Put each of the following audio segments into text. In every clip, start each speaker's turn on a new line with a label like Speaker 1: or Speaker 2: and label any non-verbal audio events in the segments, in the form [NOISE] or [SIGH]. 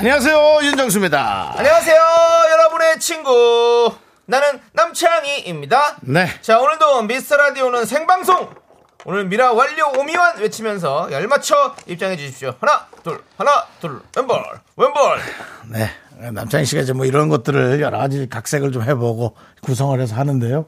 Speaker 1: 안녕하세요 윤정수입니다.
Speaker 2: 안녕하세요, 여러분의 친구. 나는 남창희입니다.
Speaker 1: 네.
Speaker 2: 자, 오늘도 미스터 라디오는 생방송. 오늘 미라 완료 오미완 외치면서 열맞춰 입장해 주십시오. 하나, 둘, 하나, 둘, 왼발, 왼발.
Speaker 1: 네. 남창희 씨가 이제 뭐 이런 것들을 여러 가지 각색을 좀 해보고 구성을 해서 하는데요.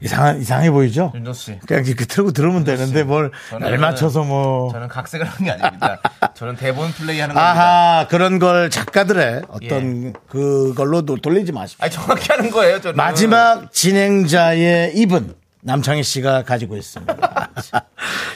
Speaker 1: 이상한 이상해 보이죠?
Speaker 2: 윤정수 씨.
Speaker 1: 그냥 이렇게 틀고 들으면 되는데 뭘날 맞춰서 뭐
Speaker 2: 저는 각색을 하는 게 아닙니다. 저는 대본 플레이하는 겁니다. 예.
Speaker 1: 아하 그런 걸 작가들의 어떤 그걸로 노- 돌리지 마십시오.
Speaker 2: 아니, 정확히 하는 거예요, 저는.
Speaker 1: 마지막 진행자의 입은 남창희 씨가 가지고
Speaker 2: [LAUGHS]
Speaker 1: 있습니다.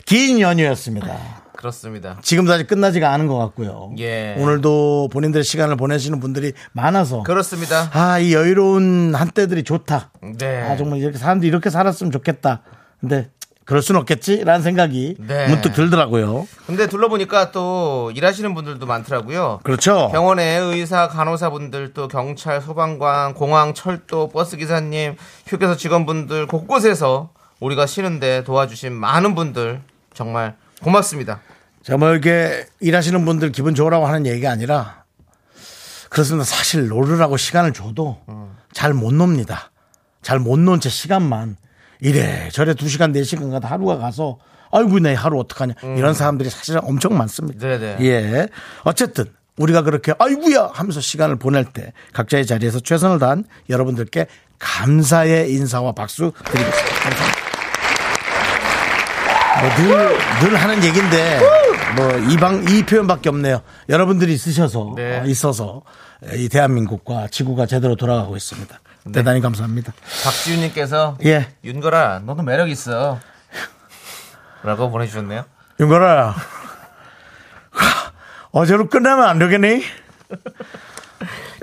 Speaker 1: 긴 연휴였습니다.
Speaker 2: 그렇습니다.
Speaker 1: 지금도 아직 끝나지가 않은 것 같고요.
Speaker 2: 예.
Speaker 1: 오늘도 본인들의 시간을 보내시는 분들이 많아서
Speaker 2: 그렇습니다.
Speaker 1: 아 이 여유로운 한때들이 좋다.
Speaker 2: 네.
Speaker 1: 아 정말 이렇게 사람들이 이렇게 살았으면 좋겠다. 근데 그럴 순 없겠지라는 생각이
Speaker 2: 네.
Speaker 1: 문득 들더라고요.
Speaker 2: 근데 둘러보니까 또 일하시는 분들도 많더라고요.
Speaker 1: 그렇죠.
Speaker 2: 병원의 의사, 간호사분들, 또 경찰, 소방관, 공항, 철도, 버스 기사님, 휴게소 직원분들 곳곳에서 우리가 쉬는데 도와주신 많은 분들 정말 고맙습니다.
Speaker 1: 제가 뭐 이렇게 일하시는 분들 기분 좋으라고 하는 얘기가 아니라 그렇습니다. 사실 놀으라고 시간을 줘도 잘 못 놉니다. 잘 못 논 채 시간만 이래저래 두시간네시간가다 하루가 가서 아이고 내 하루 어떡하냐 이런 사람들이 사실 엄청 많습니다.
Speaker 2: 음. 네네.
Speaker 1: 예. 어쨌든 우리가 그렇게 아이고야 하면서 시간을 보낼 때 각자의 자리에서 최선을 다한 여러분들께 감사의 인사와 박수 드리겠습니다. 감사합니다. 뭐 늘, 늘 하는 얘기인데 뭐 이방 이 표현밖에 없네요. 여러분들이 있으셔서
Speaker 2: 네.
Speaker 1: 어, 있어서 이 대한민국과 지구가 제대로 돌아가고 있습니다. 대단히 감사합니다.
Speaker 2: 박지윤님께서
Speaker 1: 예.
Speaker 2: 윤거라 너도 매력 있어. 라고 보내주셨네요.
Speaker 1: [LAUGHS] 윤거라 어제로 끝나면 안 되겠니?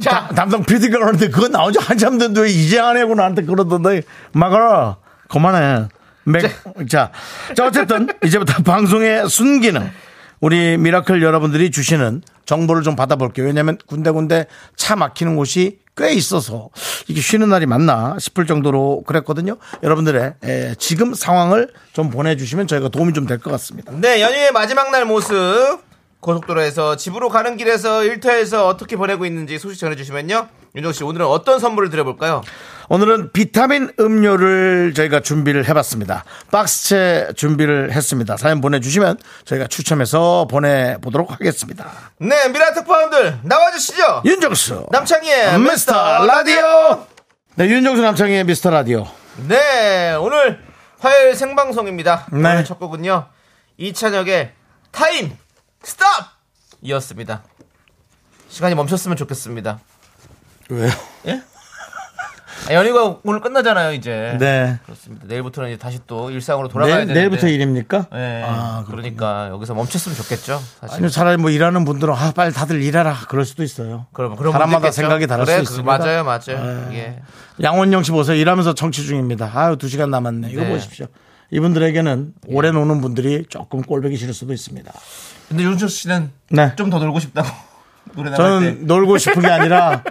Speaker 2: 자,
Speaker 1: 담당 PD가 그러는데 그건 나온 지 한참 된 뒤에 이제 안 해고 나한테 그러던데 막아라 그만해 맥, 자, 자 어쨌든 이제부터 [LAUGHS] 방송의 순기능 우리 미라클 여러분들이 주시는 정보를 좀 받아볼게요 왜냐하면 군데군데 차 막히는 곳이 꽤 있어서 이게 쉬는 날이 맞나 싶을 정도로 그랬거든요 여러분들의 에, 지금 상황을 좀 보내주시면 저희가 도움이 좀 될 것 같습니다
Speaker 2: 네, 연휴의 마지막 날 모습. 고속도로에서 집으로 가는 길에서 일터에서 어떻게 보내고 있는지 소식 전해주시면요. 윤정 씨, 오늘은 어떤 선물을 드려볼까요?
Speaker 1: 오늘은 비타민 음료를 저희가 준비를 해봤습니다. 박스채 준비를 했습니다. 사연 보내주시면 저희가 추첨해서 보내보도록 하겠습니다.
Speaker 2: 네, 미라 특파원들 나와주시죠.
Speaker 1: 윤정수
Speaker 2: 남창희의
Speaker 1: 아, 미스터 라디오 네, 윤정수 남창희의 미스터 라디오
Speaker 2: 네, 오늘 화요일 생방송입니다.
Speaker 1: 네.
Speaker 2: 오늘 첫 곡은요. 이찬혁의 타임 스탑 이었습니다. 시간이 멈췄으면 좋겠습니다.
Speaker 1: 왜요?
Speaker 2: 아, 연휴가 오늘 끝나잖아요, 이제.
Speaker 1: 네
Speaker 2: 그렇습니다. 내일부터는 이제 다시 또 일상으로 돌아가야
Speaker 1: 내일,
Speaker 2: 되는데.
Speaker 1: 내일부터 일입니까?
Speaker 2: 네.
Speaker 1: 아, 그렇-
Speaker 2: 그러니까 여기서 멈췄으면 좋겠죠. 사실.
Speaker 1: 아니요 차라리 뭐 일하는 분들은 아 빨리 다들 일하라 그럴 수도 있어요.
Speaker 2: 그럼 그런
Speaker 1: 사람마다
Speaker 2: 분도 있겠죠?
Speaker 1: 생각이 다를
Speaker 2: 그래,
Speaker 1: 수
Speaker 2: 그-
Speaker 1: 있습니다. 네.
Speaker 2: 맞아요, 맞아요. 예.
Speaker 1: 양원영 씨 보세요. 일하면서 청취 중입니다. 아유, 두 시간 남았네. 이거
Speaker 2: 네. 예.
Speaker 1: 보십시오. 이분들에게는 오래 노는 분들이 조금 꼴보기 싫을 수도 있습니다.
Speaker 2: 근데 윤철 씨는
Speaker 1: 네.
Speaker 2: 좀 더 놀고 싶다고 [LAUGHS] 노래 나갈 때.
Speaker 1: 저는 놀고 싶은 게
Speaker 2: [LAUGHS]
Speaker 1: 아니라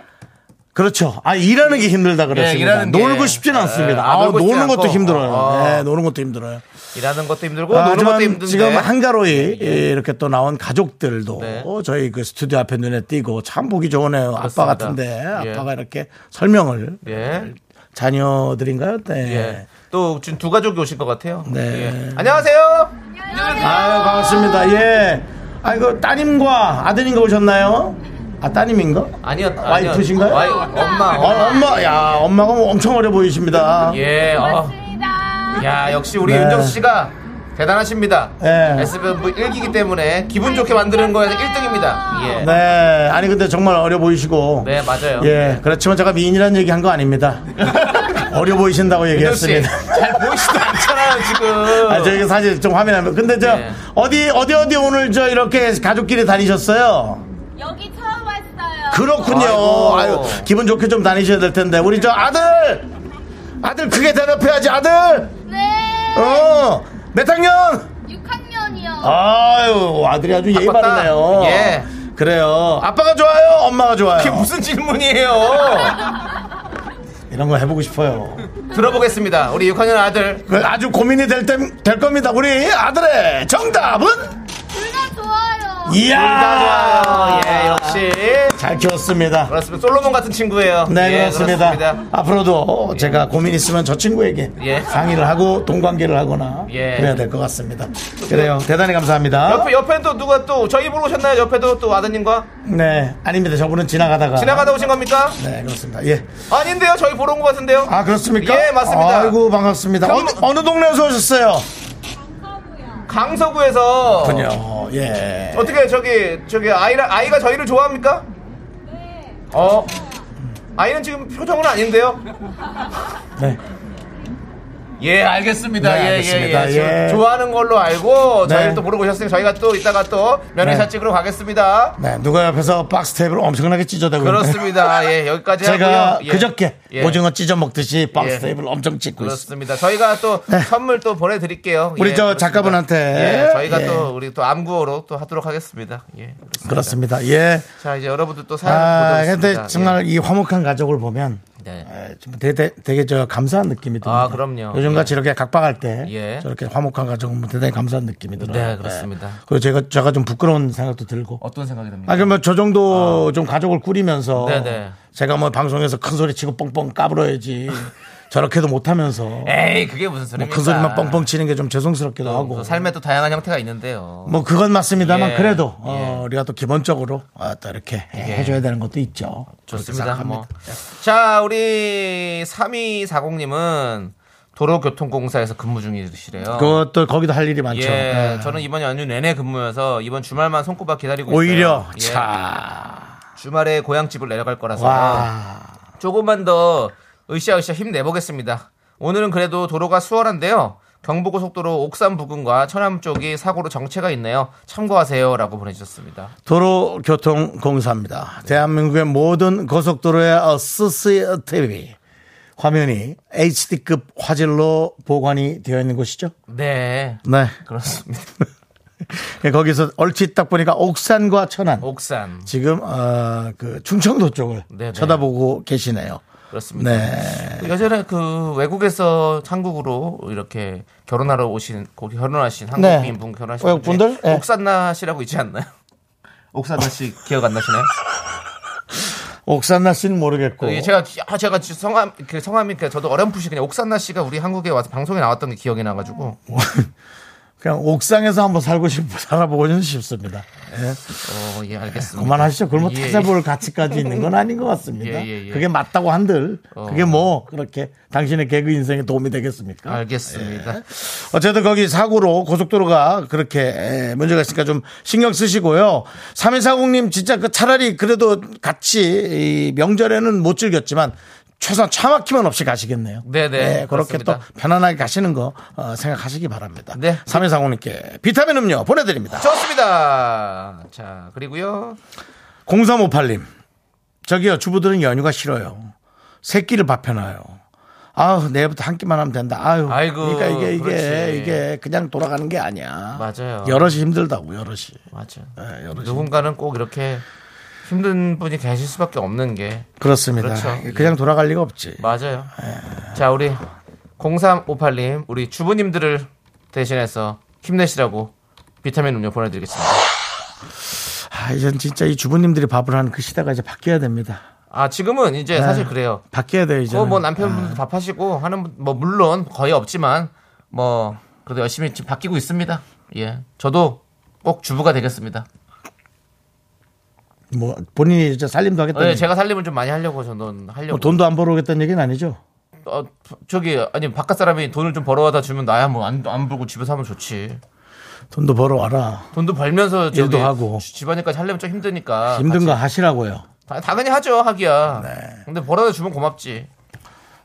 Speaker 1: 그렇죠. 아, 일하는 게 힘들다
Speaker 2: 예,
Speaker 1: 그랬습니다.
Speaker 2: 일하는 게.
Speaker 1: 놀고 싶진 않습니다.
Speaker 2: 아,
Speaker 1: 아,
Speaker 2: 놀고 싶지
Speaker 1: 노는 것도
Speaker 2: 않고.
Speaker 1: 힘들어요.
Speaker 2: 어.
Speaker 1: 네, 노는 것도 힘들어요.
Speaker 2: 일하는 것도 힘들고
Speaker 1: 아,
Speaker 2: 노는 것도
Speaker 1: 하지만
Speaker 2: 힘든데.
Speaker 1: 지금 한가로이 이렇게 또 나온 가족들도
Speaker 2: 네.
Speaker 1: 저희 그 스튜디오 앞에 눈에 띄고 참 보기 좋으네요.
Speaker 2: 그렇습니다.
Speaker 1: 아빠 같은데
Speaker 2: 예.
Speaker 1: 아빠가 이렇게 설명을
Speaker 2: 예.
Speaker 1: 자녀들인가요? 네.
Speaker 2: 예. 또 지금 두 가족이 오실 것 같아요.
Speaker 1: 네.
Speaker 2: 예. 안녕하세요.
Speaker 1: 아유 반갑습니다. 예. 아 이거 따님과 아드님과 오셨나요? 아 따님인가?
Speaker 2: 아니요. 아니요.
Speaker 1: 와이프신가요?
Speaker 2: 와이- 엄마.
Speaker 1: 아,
Speaker 2: 엄마.
Speaker 1: 엄마, 야 엄마가 뭐 엄청 어려 보이십니다.
Speaker 2: 예. 어. 야, 역시 우리
Speaker 1: 네.
Speaker 2: 윤정수 씨가 대단하십니다.
Speaker 1: 예.
Speaker 2: SBM 1기기 때문에 기분 좋게 만드는 거에서 1등입니다. 예.
Speaker 1: 네. 아니 근데 정말 어려 보이시고.
Speaker 2: 네, 맞아요.
Speaker 1: 예. 그렇지만 제가 미인이라는 얘기 한 거
Speaker 2: [LAUGHS]
Speaker 1: 아닙니다. 어려 보이신다고
Speaker 2: 윤정수 씨,
Speaker 1: 얘기했습니다.
Speaker 2: 잘 보이지도 않잖아요, 지금.
Speaker 1: [LAUGHS] 아, 저기 사실 좀 화면 안 보- 근데 저
Speaker 2: 네.
Speaker 1: 어디 어디 어디 오늘 저 이렇게 가족끼리 다니셨어요?
Speaker 3: 여기 처음 왔어요.
Speaker 1: 그렇군요.
Speaker 2: 아이고.
Speaker 1: 아유, 기분 좋게 좀 다니셔야 될 텐데. 우리 저 아들! 아들 크게 대답해야지, 아들!
Speaker 3: 네.
Speaker 1: 어! 몇 학년?
Speaker 3: 6학년이요.
Speaker 1: 아. 아유, 아들이 아주 예의
Speaker 2: 아빠다.
Speaker 1: 바르네요.
Speaker 2: 예.
Speaker 1: 그래요. 아빠가 좋아요? 엄마가 좋아요?
Speaker 2: 이게 무슨 질문이에요?
Speaker 1: 이런 거 해보고 싶어요.
Speaker 2: 들어보겠습니다. 우리 6학년 아들.
Speaker 1: 그 아주 고민이 될, 땐- 될 겁니다. 우리 아들의 정답은?
Speaker 3: 둘 다 좋아요.
Speaker 1: 이야!
Speaker 2: 아, 좋아요. 예, 역시.
Speaker 1: 잘 키웠습니다.
Speaker 2: 그렇습니다. 솔로몬 같은 친구예요.
Speaker 1: 네,
Speaker 2: 예,
Speaker 1: 그렇습니다. 앞으로도 제가 고민 있으면 저 친구에게
Speaker 2: 예.
Speaker 1: 상의를 하고 동관계를 하거나
Speaker 2: 예.
Speaker 1: 그래야 될 것 같습니다. 그래요. 대단히 감사합니다.
Speaker 2: 옆에 옆에 또 누가 또 저희 보러 오셨나요? 옆에도 또 아드님과
Speaker 1: 네, 아닙니다. 저분은 지나가다가.
Speaker 2: 지나가다 오신 겁니까?
Speaker 1: 네, 그렇습니다. 예.
Speaker 2: 아닌데요. 저희 보러 온 것 같은데요.
Speaker 1: 아, 그렇습니까?
Speaker 2: 예, 맞습니다.
Speaker 1: 아이고, 반갑습니다.
Speaker 2: 그럼-
Speaker 1: 어느, 어느 동네에서 오셨어요?
Speaker 2: 강서구에서
Speaker 1: 군요. 예.
Speaker 2: 어. 어떻게 저기 저기 아이라 아이가 저희를 좋아합니까? 어. 아이는 지금 표정은 아닌데요.
Speaker 1: 네.
Speaker 2: 예, 알겠습니다.
Speaker 1: 네,
Speaker 2: 예,
Speaker 1: 알겠습니다.
Speaker 2: 예, 예,
Speaker 1: 예.
Speaker 2: 좋아하는 걸로 알고
Speaker 1: 네.
Speaker 2: 저희를 또 보러 오셨으니 저희가 또 이따가 또 면회사
Speaker 1: 네.
Speaker 2: 찍으러 가겠습니다.
Speaker 1: 네, 누가 옆에서 박스 탭을 엄청나게 찢어대고 있네요.
Speaker 2: 그렇습니다. 예, 여기까지
Speaker 1: 제가
Speaker 2: 하고요. 예.
Speaker 1: 그저께
Speaker 2: 예.
Speaker 1: 오징어 찢어 먹듯이 박스
Speaker 2: 예.
Speaker 1: 탭을 엄청 찍고 있습니다. 네.
Speaker 2: 그렇습니다. 저희가 또 선물 또 보내드릴게요. 예,
Speaker 1: 우리 저
Speaker 2: 그렇습니다.
Speaker 1: 작가분한테.
Speaker 2: 예, 저희가
Speaker 1: 예.
Speaker 2: 또 우리 또 암구어로 또 하도록 하겠습니다. 예, 그렇습니다.
Speaker 1: 그렇습니다. 예.
Speaker 2: 자 이제 여러분들 또 사연
Speaker 1: 아,
Speaker 2: 보도록 하겠습니다. 예.
Speaker 1: 근데 정말 이 화목한 가족을 보면
Speaker 2: 네.
Speaker 1: 에, 좀 되게, 되게 저 감사한 느낌이 듭니다.
Speaker 2: 아, 그럼요.
Speaker 1: 요즘같이 이렇게 각박할 때
Speaker 2: 예.
Speaker 1: 저렇게 화목한 가족은 굉장히 감사한 느낌이 들어요.
Speaker 2: 네, 그렇습니다.
Speaker 1: 예. 그리고 제가 제가 좀 부끄러운 생각도 들고.
Speaker 2: 어떤 생각이 듭니까?
Speaker 1: 아, 그러면 저 정도 좀 가족을 꾸리면서
Speaker 2: 네, 네.
Speaker 1: 제가 뭐 방송에서 큰 소리 치고 뻥뻥
Speaker 2: [LAUGHS]
Speaker 1: 까불어야지 저렇게도 못하면서
Speaker 2: 에이 어, 그게 무슨
Speaker 1: 아,
Speaker 2: 소리입니까?
Speaker 1: 뭐큰 소리만 뻥뻥 치는 게 좀 죄송스럽기도 하고.
Speaker 2: 또 삶에 또 다양한 형태가 있는데요.
Speaker 1: 뭐 그건 맞습니다만
Speaker 2: 예.
Speaker 1: 그래도 어,
Speaker 2: 예.
Speaker 1: 우리가 또 기본적으로 아, 또 이렇게 해줘야 되는 것도 있죠. 그렇게
Speaker 2: 좋습니다.
Speaker 1: 생각합니다.
Speaker 2: 뭐. 자 우리 3240님은 도로교통공사에서 근무 중이시래요.
Speaker 1: 그것도 거기도 할 일이 많죠.
Speaker 2: 예,
Speaker 1: 네.
Speaker 2: 저는 이번 연휴 내내 근무여서 이번 주말만 손꼽아 기다리고
Speaker 1: 오히려
Speaker 2: 있어요. 예, 어.
Speaker 1: 차.
Speaker 2: 주말에 고향집을 내려갈 거라서
Speaker 1: 와.
Speaker 2: 조금만 더 으쌰으쌰 힘내보겠습니다. 오늘은 그래도 도로가 수월한데요. 경부고속도로 옥산 부근과 천안 쪽이 사고로 정체가 있네요. 참고하세요라고 보내주셨습니다.
Speaker 1: 도로교통공사입니다. 대한민국의 모든 고속도로의 어스스티비 화면이 HD급 화질로 보관이 되어 있는 곳이죠.
Speaker 2: 네,
Speaker 1: 네.
Speaker 2: 그렇습니다.
Speaker 1: 예, 거기서 얼핏 딱 보니까 옥산과 천안.
Speaker 2: 옥산
Speaker 1: 지금 어, 그 충청도 쪽을
Speaker 2: 네네.
Speaker 1: 쳐다보고 계시네요.
Speaker 2: 그렇습니다.
Speaker 1: 네.
Speaker 2: 예전에 그 외국에서 한국으로 이렇게 결혼하러 오신 고- 결혼하신
Speaker 1: 네.
Speaker 2: 한국인 분 결혼하신
Speaker 1: 외국분들? 네.
Speaker 2: 옥산나 씨라고 있지 않나요? 옥산나 씨 기억 안 나시나요?
Speaker 1: 옥산나 씨는 모르겠고.
Speaker 2: 예, 제가 기- 아, 제가 지- 성함 그 성함이 그냥 저도 어렴풋이 그냥 옥산나 씨가 우리 한국에 와서 방송에 나왔던 게 기억이 나가지고
Speaker 1: 그냥 옥상에서 한번 살고 싶고 [LAUGHS] 살아보고는 싶습니다. 예.
Speaker 2: 어, 예, 알겠습니다.
Speaker 1: 그만하시죠. 그러면
Speaker 2: 예,
Speaker 1: 찾아볼 가치까지 있는 건 아닌 것 같습니다.
Speaker 2: 예, 어. 예, 예.
Speaker 1: 그게 맞다고 한들 그게 뭐 그렇게 당신의 개그 인생에 도움이
Speaker 2: 예,
Speaker 1: 되겠습니까?
Speaker 2: 알겠습니다.
Speaker 1: 어쨌든 거기 사고로 고속도로가 그렇게 에, 문제가 있으니까 좀 신경 쓰시고요. 3240님 진짜 그 차라리 그래도 같이 이 명절에는 못 즐겼지만 최소한 차 막히면 없이 가시겠네요.
Speaker 2: 네, 네.
Speaker 1: 예, 그렇게
Speaker 2: 그렇습니다.
Speaker 1: 또 편안하게 가시는 거 어, 생각하시기 바랍니다.
Speaker 2: 네.
Speaker 1: 3240님께 비타민 음료 보내드립니다.
Speaker 2: 좋습니다. 자, 그리고요.
Speaker 1: 0358님. 저기요, 주부들은 연휴가 싫어요. 새끼를 밥해놔요. 아우, 내일부터 한 끼만 하면 된다. 아유.
Speaker 2: 아이고,
Speaker 1: 그러니까 이게, 이게,
Speaker 2: 그렇지.
Speaker 1: 이게 그냥 돌아가는 게 아니야.
Speaker 2: 맞아요.
Speaker 1: 여럿이 힘들다고, 여럿이.
Speaker 2: 맞아.
Speaker 1: 예, 여럿이.
Speaker 2: 누군가는 꼭 이렇게 힘든 분이 계실 수밖에 없는 게
Speaker 1: 그렇습니다.
Speaker 2: 그렇죠.
Speaker 1: 그냥 돌아갈 리가 없지.
Speaker 2: 맞아요. 자, 우리 0358님, 우리 주부님들을 대신해서 힘내시라고 비타민 음료 보내드리겠습니다.
Speaker 1: 아, 이젠 진짜 이 주부님들이 밥을 하는 그 시대가 이제 바뀌어야 됩니다.
Speaker 2: 아, 지금은 이제 사실
Speaker 1: 네.
Speaker 2: 그래요.
Speaker 1: 바뀌어야 돼요, 이제.
Speaker 2: 그거 뭐 남편분도
Speaker 1: 아.
Speaker 2: 밥하시고 하는 분, 뭐 물론 거의 없지만 뭐 그래도 열심히 지금 바뀌고 있습니다. 예. 저도 꼭 주부가 되겠습니다. 예,
Speaker 1: 뭐, 본인이 이제 살림도 하겠다.
Speaker 2: 어, 예, 제가 살림을 좀 많이 하려고 저는 하려고.
Speaker 1: 뭐 돈도 안 벌어오겠다는 얘기는 아니죠.
Speaker 2: 어, 저기 아니 바깥 사람이 돈을 좀 벌어와다 주면 나야 뭐 안 안 벌고 집에서 하면 좋지.
Speaker 1: 돈도 벌어와라.
Speaker 2: 돈도 벌면서 저기
Speaker 1: 일도 하고.
Speaker 2: 주- 집안일까지 하려면 좀 힘드니까.
Speaker 1: 힘든 거 하시라고요.
Speaker 2: 다- 당연히 하죠 하기야.
Speaker 1: 네.
Speaker 2: 근데 벌어다 주면 고맙지.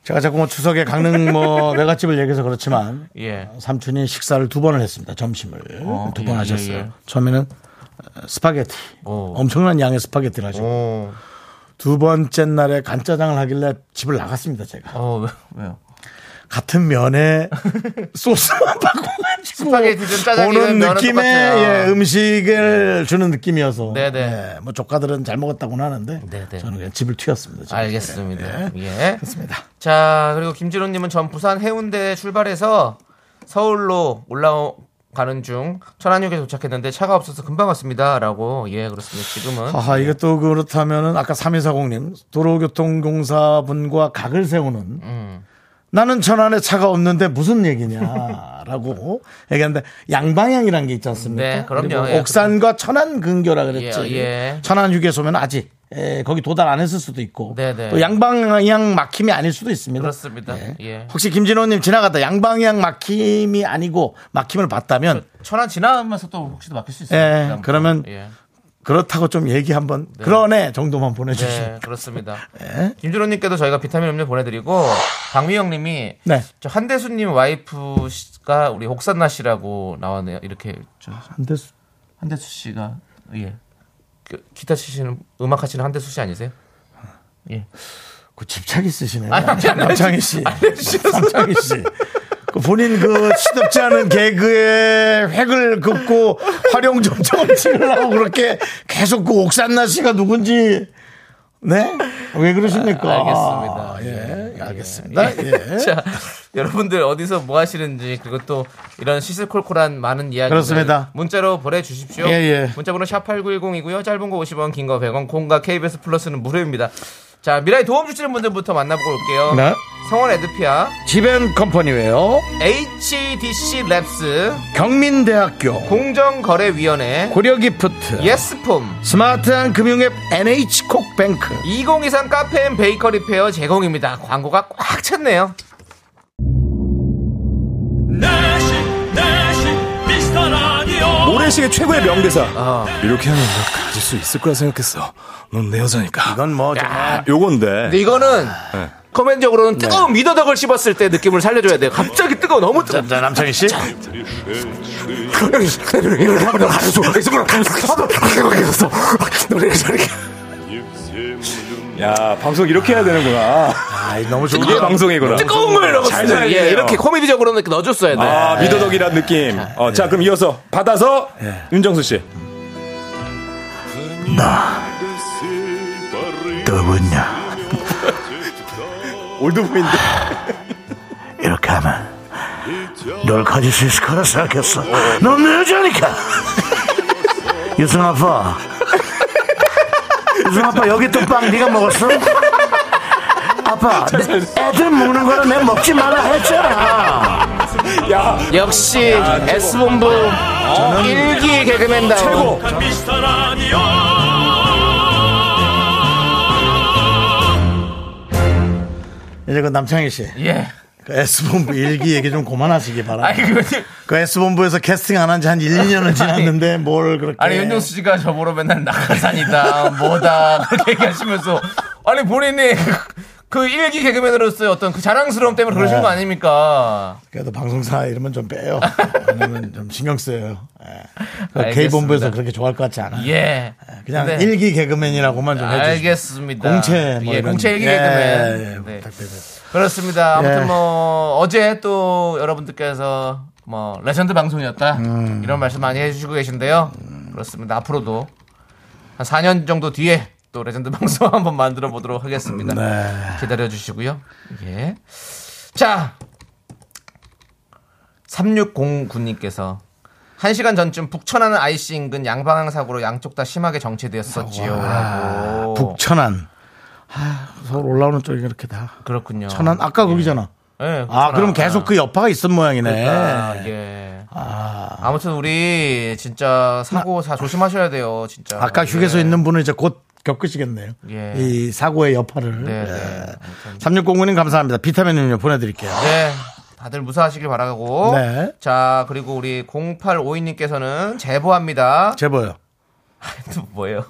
Speaker 1: 제가 자꾸 뭐 추석에 강릉
Speaker 2: [LAUGHS]
Speaker 1: 뭐 외갓집을 얘기해서 그렇지만
Speaker 2: 예.
Speaker 1: 삼촌이 식사를 두 번을 했습니다. 점심을
Speaker 2: 어,
Speaker 1: 두 번
Speaker 2: 예,
Speaker 1: 하셨어요.
Speaker 2: 예, 예.
Speaker 1: 처음에는 스파게티
Speaker 2: 오.
Speaker 1: 엄청난 양의 스파게티를 하시고
Speaker 2: 어.
Speaker 1: 두 번째 날에 간짜장을 하길래 집을 나갔습니다, 제가.
Speaker 2: 어, 왜- 왜요?
Speaker 1: 같은
Speaker 2: [LAUGHS]
Speaker 1: 면에 소스만 바꿔가지고
Speaker 2: 스파게티든 짜장이든
Speaker 1: 오는
Speaker 2: 면은
Speaker 1: 느낌의
Speaker 2: 똑같아요. 네.
Speaker 1: 예, 음식을 주는 느낌이어서
Speaker 2: 네네.
Speaker 1: 예, 뭐 조카들은 잘 먹었다고는 하는데
Speaker 2: 네네. 아,
Speaker 1: 저는 그냥 집을 튀었습니다. 지금.
Speaker 2: 알겠습니다. 예.
Speaker 1: 네. 그렇습니다.
Speaker 2: 자, 그리고 김지로님은 전 부산 해운대에 출발해서 서울로 올라가는 중 천안역에 도착했는데 차가 없어서 금방 왔습니다. 라고. 예, 그렇습니다. 지금은.
Speaker 1: 아하 이게 또 그렇다면은 아까 3240님 도로교통공사분과 각을 세우는 나는 천안에 차가 없는데 무슨 얘기냐라고 [LAUGHS] 얘기하는데 양방향이란 게 있지 않습니까?
Speaker 2: 네, 그럼요.
Speaker 1: 그리고
Speaker 2: 예,
Speaker 1: 옥산과 천안 근교라 그랬지.
Speaker 2: 예, 예.
Speaker 1: 천안 휴게소면 아직 에, 거기 도달 안 했을 수도 있고
Speaker 2: 네, 네.
Speaker 1: 또 양방향 막힘이 아닐 수도 있습니다.
Speaker 2: 그렇습니다.
Speaker 1: 네.
Speaker 2: 예.
Speaker 1: 혹시 김진호님 지나가다 양방향 막힘이 아니고 막힘을 봤다면
Speaker 2: 천안 지나면서 또 혹시도 막힐 수 있어요.
Speaker 1: 예,
Speaker 2: 그다음.
Speaker 1: 그러면
Speaker 2: 예.
Speaker 1: 그렇다고 좀 얘기 한번 그러네 정도만 [LAUGHS] 보내주시면.
Speaker 2: 네, 그렇습니다. 김준호님께도 저희가 비타민 음료 보내드리고, 박미영님이
Speaker 1: 네.
Speaker 2: 저 한대수님 와이프가 우리 옥산나 씨라고 나왔네요. 이렇게 저
Speaker 1: 한대수
Speaker 2: 한대수 씨가 예. 그 기타 치시는 음악 하시는 한대수 씨 아니세요? [LAUGHS] 예.
Speaker 1: 그 집착 있으시네요.
Speaker 2: 아니, 아니, 아니,
Speaker 1: 남창희 씨. 남창희 씨. 그 본인 그 시덥지 않은 개그에 획을 긋고 활용 점점 치려고 그렇게 계속 그 옥산나 씨가 누군지 네? 왜 그러십니까? 아,
Speaker 2: 알겠습니다.
Speaker 1: 예, 알겠습니다. 예.
Speaker 2: 자, 여러분들 어디서 뭐 하시는지 그리고 또 이런 시스콜콜한 많은 이야기
Speaker 1: 그렇습니다.
Speaker 2: 문자로 보내주십시오.
Speaker 1: 예, 예.
Speaker 2: 문자번호 샵 #8910이고요. 짧은 거 50원, 긴 거 100원, 콩과 KBS 플러스는 무료입니다. 자, 미라에 도움 주시는 분들부터 만나보고 올게요.
Speaker 1: 네.
Speaker 2: 성원 에드피아,
Speaker 1: 지벤 컴퍼니웨어,
Speaker 2: HDC 랩스,
Speaker 1: 경민대학교,
Speaker 2: 공정거래위원회,
Speaker 1: 고려기프트,
Speaker 2: 예스폼,
Speaker 1: 스마트한 금융앱 NH콕뱅크,
Speaker 2: 2023 카페인 베이커리 페어 제공입니다. 광고가 꽉 찼네요.
Speaker 4: 내시 내시 미스터 라디오
Speaker 5: 모래시계 최고의 명대사
Speaker 1: 아.
Speaker 2: 어.
Speaker 5: 이렇게 하면 너 가질 수 있을 거라 생각했어 넌 내 여자니까
Speaker 1: 이건 뭐 정말
Speaker 5: 요건데
Speaker 2: 근데 이거는 커맨적으로는
Speaker 5: 네.
Speaker 2: 뜨거운 미더덕을 씹었을 때 느낌을 살려줘야 돼요. 갑자기 뜨거워, 너무 뜨거워.
Speaker 1: 자, 네, 남창희 씨.
Speaker 5: 야 방송 이렇게 해야 되는구나
Speaker 1: 아이, 너무 좋은
Speaker 5: 이게 방송이구나
Speaker 2: 뜨거운 걸
Speaker 5: 잘
Speaker 2: 넣었어요.
Speaker 5: 살리네요.
Speaker 2: 예, 이렇게 코미디적으로 이렇게 넣어줬어야 돼.
Speaker 5: 아 미더덕이란 느낌
Speaker 1: 네.
Speaker 5: 어, 자 그럼 이어서 받아서 윤정수 씨
Speaker 1: 누구냐.
Speaker 5: 올드보인데
Speaker 1: 이렇게 하면 널 가질 수 있을 거라 생각했어 넌 내 여자니까 [LAUGHS] 유승 아빠 [LAUGHS] 유승 아빠 여기 또 빵 네가 먹었어? 아빠 내 애들 먹는 거는 내 먹지 마라 했잖아
Speaker 5: 야
Speaker 2: 역시 S본부 일기 개그맨다운.
Speaker 5: 최고
Speaker 4: 미스터 라디오
Speaker 1: 이제 그 남창희 씨
Speaker 2: 예.
Speaker 1: 그 S본부 일기 얘기 좀 그만하시기
Speaker 2: 아니,
Speaker 1: 바랍니다
Speaker 2: 그,
Speaker 1: 그 S본부에서 캐스팅 안 한 지 한 1,
Speaker 2: [LAUGHS]
Speaker 1: 2년은 지났는데 뭘 그렇게
Speaker 2: 아니, 윤정수 씨가 저보러 맨날 낙하산이다, 뭐다, [LAUGHS] 그렇게 얘기하시면서. 아니, 본인이 [LAUGHS] 그 일기 개그맨으로서의 어떤 그 자랑스러움 때문에 그러신
Speaker 1: 네.
Speaker 2: 거 아닙니까?
Speaker 1: 그래도 방송사 이름은 좀 빼요 왜냐면 좀 신경 쓰여요 예. 그
Speaker 2: 알겠습니다.
Speaker 1: K본부에서 그렇게 좋아할 것 같지 않아요
Speaker 2: 예.
Speaker 1: 그냥
Speaker 2: 네.
Speaker 1: 일기 개그맨이라고만 좀 해주세요.
Speaker 2: 알겠습니다.
Speaker 1: 공채 뭐
Speaker 2: 예,
Speaker 1: 이런.
Speaker 2: 공채 일기
Speaker 1: 예,
Speaker 2: 개그맨.
Speaker 1: 예,
Speaker 2: 네.
Speaker 1: 부탁드립니다.
Speaker 2: 그렇습니다.
Speaker 1: 예.
Speaker 2: 아무튼 뭐 어제 또 여러분들께서 뭐 레전드 방송이었다
Speaker 1: 음.
Speaker 2: 이런 말씀 많이 해주시고 계신데요. 그렇습니다. 앞으로도 한 4년 정도 뒤에 또 레전드 [LAUGHS] 방송 한번 만들어 보도록 하겠습니다.
Speaker 1: 네.
Speaker 2: 기다려 주시고요. 예. 자, 3609님께서 1시간 전쯤 북천하는 아이씨 인근 양방향 사고로 양쪽 다 심하게 정체되었었지요. 라고.
Speaker 1: 북천안. 아, 서울 올라오는 쪽이 그렇게 다.
Speaker 2: 그렇군요.
Speaker 1: 천안 아까 거기잖아.
Speaker 2: 예,
Speaker 1: 아,
Speaker 2: 북천안.
Speaker 1: 그럼 계속 그 여파가 있은 모양이네.
Speaker 2: 아, 예. 아. 무튼 우리 진짜 사고 사 조심하셔야 돼요, 진짜.
Speaker 1: 아까 휴게소
Speaker 2: 예.
Speaker 1: 있는 분은 이제 곧 겪으시겠네요.
Speaker 2: 예.
Speaker 1: 이 사고의 여파를.
Speaker 2: 네, 네.
Speaker 1: 예. 3609님 감사합니다. 비타민 음료 보내드릴게요.
Speaker 2: 네. 다들 무사하시길 바라고.
Speaker 1: 네.
Speaker 2: 자, 그리고 우리 0852님께서는 제보합니다.
Speaker 1: 제보요.
Speaker 2: 또그 뭐예요?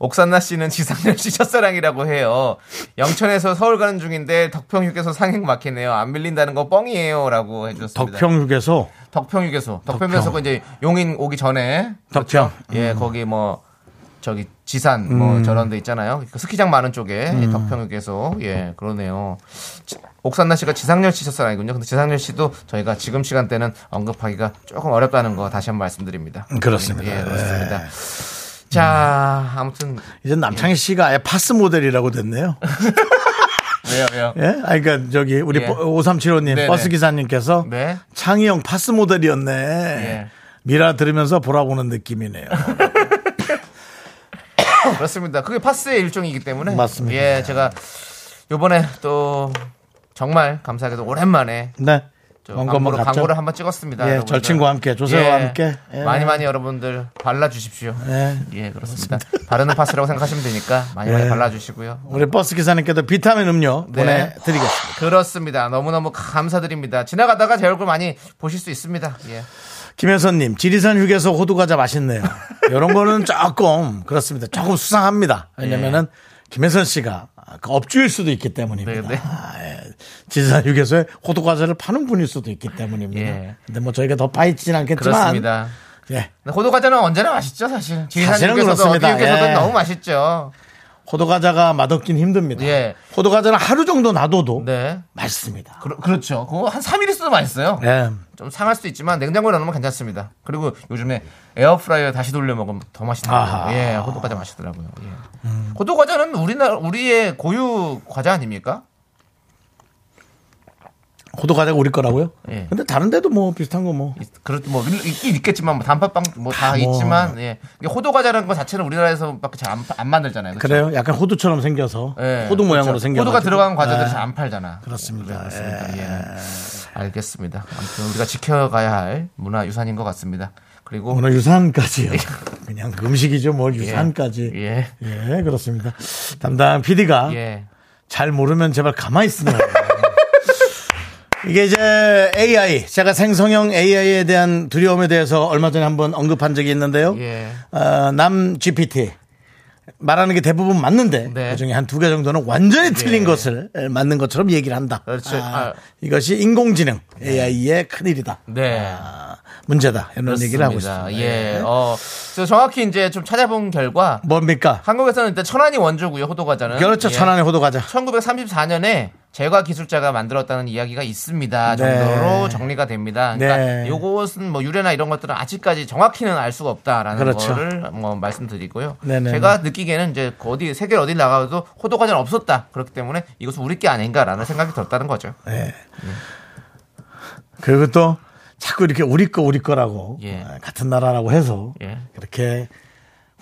Speaker 2: 옥산나 씨는 지상렬 씨 첫사랑이라고 해요. 영천에서 서울 가는 중인데 덕평 휴게소 상행 막히네요. 안 밀린다는 거 뻥이에요라고 해주셨습니다.
Speaker 1: 덕평 휴게소.
Speaker 2: 덕평 휴게소. 덕평 휴게소가 이제 용인 오기 전에
Speaker 1: 덕평.
Speaker 2: 예, 거기 뭐 저기 지산 뭐
Speaker 1: 음.
Speaker 2: 저런 데 있잖아요. 그 스키장 많은 쪽에 이 덕평에 계속 예 그러네요. 지- 옥산나 씨가 지상렬 씨 셨을 아니군요. 근데 지상렬 씨도 저희가 지금 시간대는 언급하기가 조금 어렵다는 거 다시 한번 말씀드립니다.
Speaker 1: 음, 그렇습니다. 네.
Speaker 2: 예, 그렇습니다. 자, 아무튼
Speaker 1: 이제 남창희 씨가 아예 파스 모델이라고 됐네요.
Speaker 2: 왜요, 왜요?
Speaker 1: 예? 아, 그러니까 저기 우리
Speaker 2: 예.
Speaker 1: 5375님
Speaker 2: 네네.
Speaker 1: 버스 기사님께서
Speaker 2: 네.
Speaker 1: 창희 형 파스 모델이었네.
Speaker 2: 예.
Speaker 1: 미라 들으면서 보라보는 느낌이네요.
Speaker 2: 예, 그렇습니다. 그게 파스의 일종이기 때문에
Speaker 1: 맞습니다.
Speaker 2: 예, 제가 요번에 또 정말 감사하게도 오랜만에
Speaker 1: 네.
Speaker 2: 저
Speaker 1: 먼 건만
Speaker 2: 광고로
Speaker 1: 갔죠.
Speaker 2: 광고를 한번 찍었습니다.
Speaker 1: 예,
Speaker 2: 여러분들.
Speaker 1: 절친과 함께, 조세호와 함께. 예.
Speaker 2: 많이 많이 여러분들 발라 주십시오.
Speaker 1: 예.
Speaker 2: 예, 그렇습니다. 바르는 파스라고 생각하시면 되니까 많이 많이
Speaker 1: 예.
Speaker 2: 발라 주시고요.
Speaker 1: 우리 버스 기사님께도 비타민 음료
Speaker 2: 네.
Speaker 1: 보내드리겠습니다.
Speaker 2: 그렇습니다. 너무너무 감사드립니다. 지나가다가 제 얼굴 많이 보실 수 있습니다. 예.
Speaker 1: 김혜선님, 지리산 휴게소 호두과자 맛있네요. 이런 거는 조금, 그렇습니다. 조금 수상합니다. 왜냐면은, 김혜선 씨가 그 업주일 수도 있기 때문입니다.
Speaker 2: 예. 네, 네.
Speaker 1: 아, 예. 지리산 휴게소에 호두과자를 파는 분일 수도 있기 때문입니다.
Speaker 2: 예.
Speaker 1: 근데 뭐 저희가 더 파헤치진 않겠지만.
Speaker 2: 그렇습니다.
Speaker 1: 예.
Speaker 2: 호두 과자는 언제나 맛있죠, 사실.
Speaker 1: 사실은
Speaker 2: 지리산에서도
Speaker 1: 그렇습니다.
Speaker 2: 어디에서도
Speaker 1: 예.
Speaker 2: 너무 맛있죠.
Speaker 1: 호두과자가 맛없긴 힘듭니다.
Speaker 2: 예.
Speaker 1: 호두과자는 하루 정도 놔둬도
Speaker 2: 네.
Speaker 1: 맛있습니다.
Speaker 2: 그렇죠 그거 한 3일 있어도 맛있어요.
Speaker 1: 예.
Speaker 2: 좀 상할 수도 있지만 냉장고에 넣으면 괜찮습니다. 그리고 요즘에 에어프라이어 다시 돌려 먹으면 더 맛있더라고요.
Speaker 1: 아하.
Speaker 2: 예, 호두 과자 맛있더라고요. 예. 호두 과자는 우리나라 우리의 고유 과자 아닙니까?
Speaker 1: 호두과자가 우리 거라고요?
Speaker 2: 예.
Speaker 1: 근데 다른 데도 뭐 비슷한 거 뭐.
Speaker 2: 이- 그렇 뭐 일- 있긴 있겠지만 뭐 단팥빵 뭐 다
Speaker 1: 다 뭐.
Speaker 2: 있지만 예. 이게 호두 과자라는 거 자체는 우리나라에서밖에 잘 안 만들잖아요. 그렇죠?
Speaker 1: 그래요? 약간 호두처럼 생겨서.
Speaker 2: 예,
Speaker 1: 호두 모양으로 예.
Speaker 2: 그렇죠.
Speaker 1: 생겨
Speaker 2: 호두가 들어간 과자들이 잘 안 팔잖아.
Speaker 1: 그렇습니다.
Speaker 2: 그렇습니다. 예. 알겠습니다. 아무튼 우리가 지켜가야 할 문화 유산인 것 같습니다. 그리고
Speaker 1: 오늘 유산까지요. [LAUGHS] 그냥 그 음식이죠. 뭘 유산까지. 예.
Speaker 2: 예.
Speaker 1: 그렇습니다. 담당 PD가
Speaker 2: 예.
Speaker 1: 잘 모르면 제발 가만히 있으면. [LAUGHS] 이게 이제 AI, 제가 생성형 AI에 대한 두려움에 대해서 얼마 전에 한번 언급한 적이 있는데요.
Speaker 2: 예.
Speaker 1: 어, 남 GPT. 말하는 게 대부분 맞는데
Speaker 2: 네. 예.
Speaker 1: 그중에 한 두 개 정도는 완전히 틀린 것을 맞는 것처럼 얘기를 한다.
Speaker 2: 그렇죠.
Speaker 1: 아,
Speaker 2: 아.
Speaker 1: 이것이 인공지능 AI의 큰일이다.
Speaker 2: 네.
Speaker 1: 아, 문제다. 이런 얘기를 하고
Speaker 2: 그렇습니다.
Speaker 1: 있습니다.
Speaker 2: 예. 어, 그래서 정확히 이제 좀 찾아본 결과
Speaker 1: 뭡니까?
Speaker 2: 한국에서는 일단 천안이 원조고요. 호두 과자는.
Speaker 1: 그렇죠.
Speaker 2: 예.
Speaker 1: 천안의 호두과자.
Speaker 2: 1934년에 제과 기술자가 만들었다는 이야기가 있습니다. 정도로
Speaker 1: 네.
Speaker 2: 정리가 됩니다. 그러니까
Speaker 1: 네.
Speaker 2: 요것은 뭐 유래나 이런 것들은 아직까지 정확히는 알 수가 없다라는
Speaker 1: 그렇죠.
Speaker 2: 거를 뭐 말씀드리고요.
Speaker 1: 네네.
Speaker 2: 제가 느끼기에는 이제 그 어디 세계 어디 나가도 호두 과자는 없었다. 그렇기 때문에 이것은 우리 게 아닌가라는 생각이 들었다는 거죠.
Speaker 1: 네. 그리고 또 자꾸 이렇게 우리 거 우리 거라고
Speaker 2: 예.
Speaker 1: 아, 같은 나라라고 해서
Speaker 2: 예.
Speaker 1: 그렇게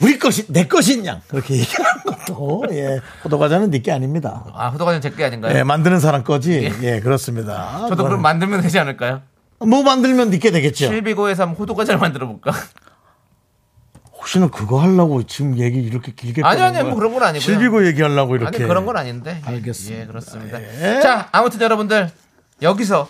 Speaker 1: 우리 것이 내 것이냐 그렇게 [LAUGHS] 얘기하는 것도 예. 호두과자는 네게 아닙니다.
Speaker 2: 아, 호두 과자는 제게 아닌가요?
Speaker 1: 예, 만드는 사람 거지. 예, 그렇습니다.
Speaker 2: 저도 그럼
Speaker 1: 그거는
Speaker 2: 만들면 되지 않을까요?
Speaker 1: 뭐 만들면 네게 되겠죠.
Speaker 2: 실비고에서 한번 호두 과자를 만들어 볼까?
Speaker 1: 혹시나 그거 하려고 지금 얘기 이렇게 길게
Speaker 2: 아니, 아니,
Speaker 1: 꺼낸
Speaker 2: 뭐
Speaker 1: 거야?
Speaker 2: 그런 건 아니고요.
Speaker 1: 실비고 얘기하려고 이렇게
Speaker 2: 아니 그런 건 아닌데. 예,
Speaker 1: 알겠습니다.
Speaker 2: 예, 그렇습니다.
Speaker 1: 예.
Speaker 2: 자, 아무튼 여러분들 여기서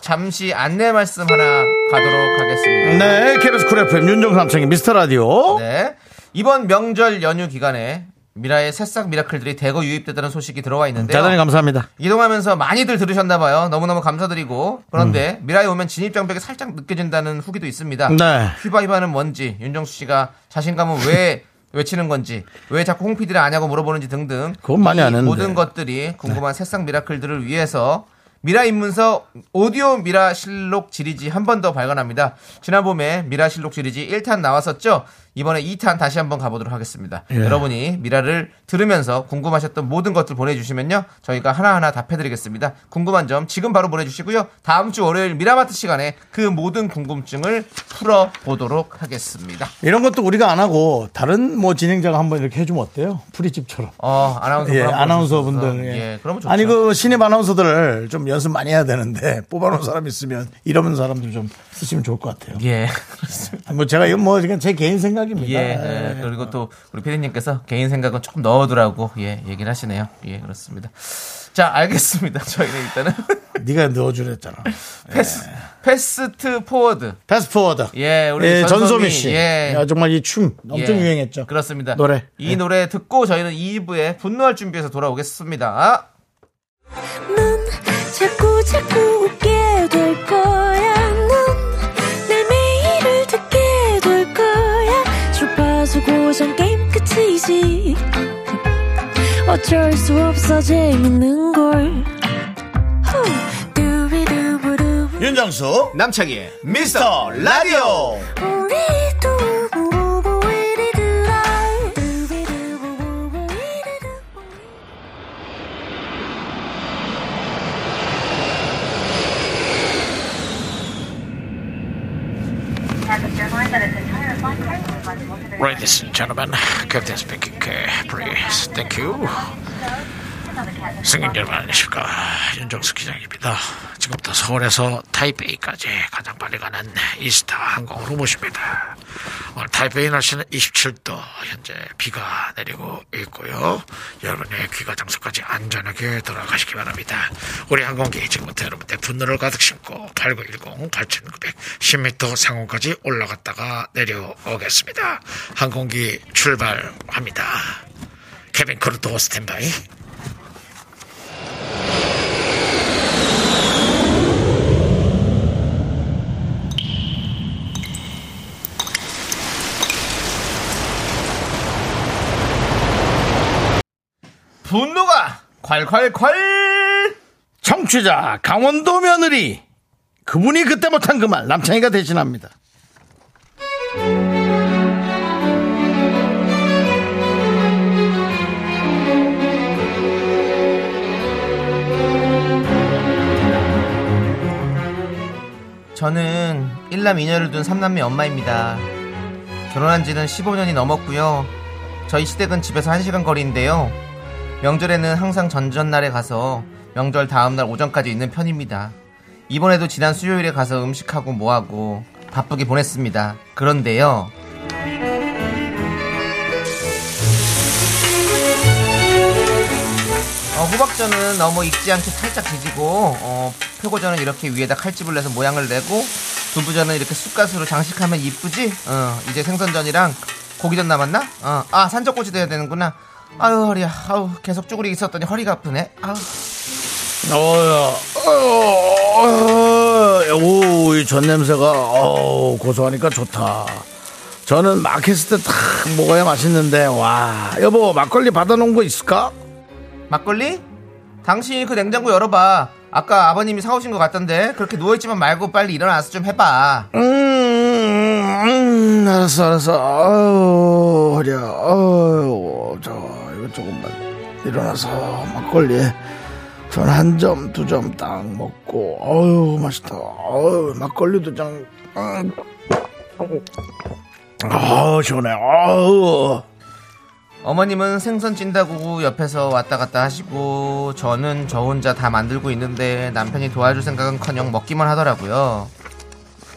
Speaker 2: 잠시 안내 말씀 하나 가도록 하겠습니다.
Speaker 1: 네, KBS 쿨 FM 윤정삼청의 미스터 라디오.
Speaker 2: 네. 이번 명절 연휴 기간에 미라의 새싹 미라클들이 대거 유입됐다는 소식이 들어와 있는데요.
Speaker 1: 대단히 감사합니다.
Speaker 2: 이동하면서 많이들 들으셨나봐요. 너무너무 감사드리고. 그런데 미라에 오면 진입장벽이 살짝 느껴진다는 후기도 있습니다.
Speaker 1: 음. 네.
Speaker 2: 휘바휘바는 뭔지, 윤정수 씨가 자신감은 왜 [LAUGHS] 외치는 건지, 왜 자꾸 홍 PD를 아냐고 물어보는지 등등.
Speaker 1: 그건 많이
Speaker 2: 이
Speaker 1: 아는데. 네.
Speaker 2: 모든 것들이 궁금한 새싹 미라클들을 위해서 미라 입문서 오디오 미라 실록 지리지 한 번 더 발간합니다. 지난 봄에 미라 실록 지리지 1탄 나왔었죠? 이번에 2탄 다시 한번 가보도록 하겠습니다.
Speaker 1: 예.
Speaker 2: 여러분이 미라를 들으면서 궁금하셨던 모든 것들 보내주시면요. 저희가 하나하나 답해드리겠습니다. 궁금한 점 지금 바로 보내주시고요. 다음 주 월요일 미라마트 시간에 그 모든 궁금증을 풀어보도록 하겠습니다.
Speaker 1: 이런 것도 우리가 안 하고 다른 뭐 진행자가 한번 이렇게 해주면 어때요? 프리집처럼.
Speaker 2: 어, 아나운서
Speaker 1: 예,
Speaker 2: 분하고
Speaker 1: 아나운서
Speaker 2: 오셔서.
Speaker 1: 분들.
Speaker 2: 예, 그러면 좋죠.
Speaker 1: 아니, 그 신입 아나운서들을 좀 연습 많이 해야 되는데 [LAUGHS] 뽑아놓은
Speaker 2: 네.
Speaker 1: 사람 있으면 이러는 사람들 좀 쓰시면 좋을 것 같아요.
Speaker 2: 예. [LAUGHS]
Speaker 1: 뭐 제가 이건 뭐 그냥 제 개인 생각입니다.
Speaker 2: 예,
Speaker 1: 아,
Speaker 2: 예, 그리고 또 우리 피디님께서 개인 생각은 조금 넣어두라고 예, 얘기를 하시네요. 예, 그렇습니다. 자, 알겠습니다. [LAUGHS] 저희는 일단은
Speaker 1: 네가 넣어주랬잖아.
Speaker 2: 패스, 패스트 포워드.
Speaker 1: 패스포워드.
Speaker 2: 예, 우리
Speaker 1: 예, 전소미
Speaker 2: 전소미
Speaker 1: 씨.
Speaker 2: 예.
Speaker 1: 야, 정말 이 춤 엄청
Speaker 2: 예,
Speaker 1: 유행했죠.
Speaker 2: 그렇습니다.
Speaker 1: 노래. 예.
Speaker 2: 이 노래 듣고 저희는 2부에 분노할 준비해서 돌아오겠습니다.
Speaker 6: 넌 자꾸 자꾸 웃게 될 거야. 넌내 매일을 듣게 될 거야. 주파수 고정 게임 끝이 어쩔 수 없어 재밌는 걸 후. 두비두부두.
Speaker 1: 윤정수
Speaker 2: 남창희의
Speaker 1: 미스터 라디오
Speaker 6: 우리 두부부부 우리들아. 두비두부부부 우리들아.
Speaker 7: Ladies and gentlemen, Captain speaking. Please, uh, thank you. 승객 여러분 안녕하십니까 윤정수 기장입니다. 지금부터 서울에서 타이베이까지 가장 빨리 가는 이스타 항공으로 모십니다. 오늘 타이베이 날씨는 27도 현재 비가 내리고 있고요. 여러분의 귀가 장소까지 안전하게 돌아가시기 바랍니다. 우리 항공기 지금부터 여러분의 분노를 가득 심고 8910, 8900, 10m 상공까지 올라갔다가 내려오겠습니다. 항공기 출발합니다. 케빈 크루도 스탠바이.
Speaker 2: 분노가 콸콸콸
Speaker 1: 청취자 강원도 며느리 그분이 그때 못한 그 말 남창희가 대신합니다
Speaker 2: 저는 1남 2녀를 둔 3남매 엄마입니다. 결혼한 지는 15년이 넘었고요. 저희 시댁은 집에서 1시간 거리인데요. 명절에는 항상 전전날에 가서 명절 다음날 오전까지 있는 편입니다. 이번에도 지난 수요일에 가서 음식하고 뭐하고 바쁘게 보냈습니다. 그런데요. 어, 호박전은 너무 익지 않게 살짝 뒤지고 어, 표고전은 이렇게 위에다 칼집을 내서 모양을 내고 두부전은 이렇게 쑥갓으로 장식하면 이쁘지? 어, 이제 생선전이랑 고기전 남았나? 어, 아 산적꼬치도 해야 되는구나 아유 허리야 아우 계속 쭈그리 있었더니 허리가 아프네 아우
Speaker 1: 오전 냄새가 어, 고소하니까 좋다 저는 막 했을 때 딱 먹어야 맛있는데 와 여보 막걸리 받아놓은 거 있을까?
Speaker 2: 막걸리? 당신이 그 냉장고 열어봐 아까 아버님이 사오신 것 같던데 그렇게 누워있지만 말고 빨리 일어나서 좀 해봐
Speaker 1: 음, 음, 음, 알았어, 알았어. 아우, 허리야. 아우, 저, 이거 조금만 일어나서 막걸리. 전한 점, 두 점 딱 먹고, 아유, 맛있다. 아유, 막걸리 두 장. 음. 아우, 시원해. 아우.
Speaker 2: 어머님은 생선 찐다고 옆에서 왔다 갔다 하시고 저는 저 혼자 다 만들고 있는데 남편이 도와줄 생각은커녕 먹기만 하더라고요.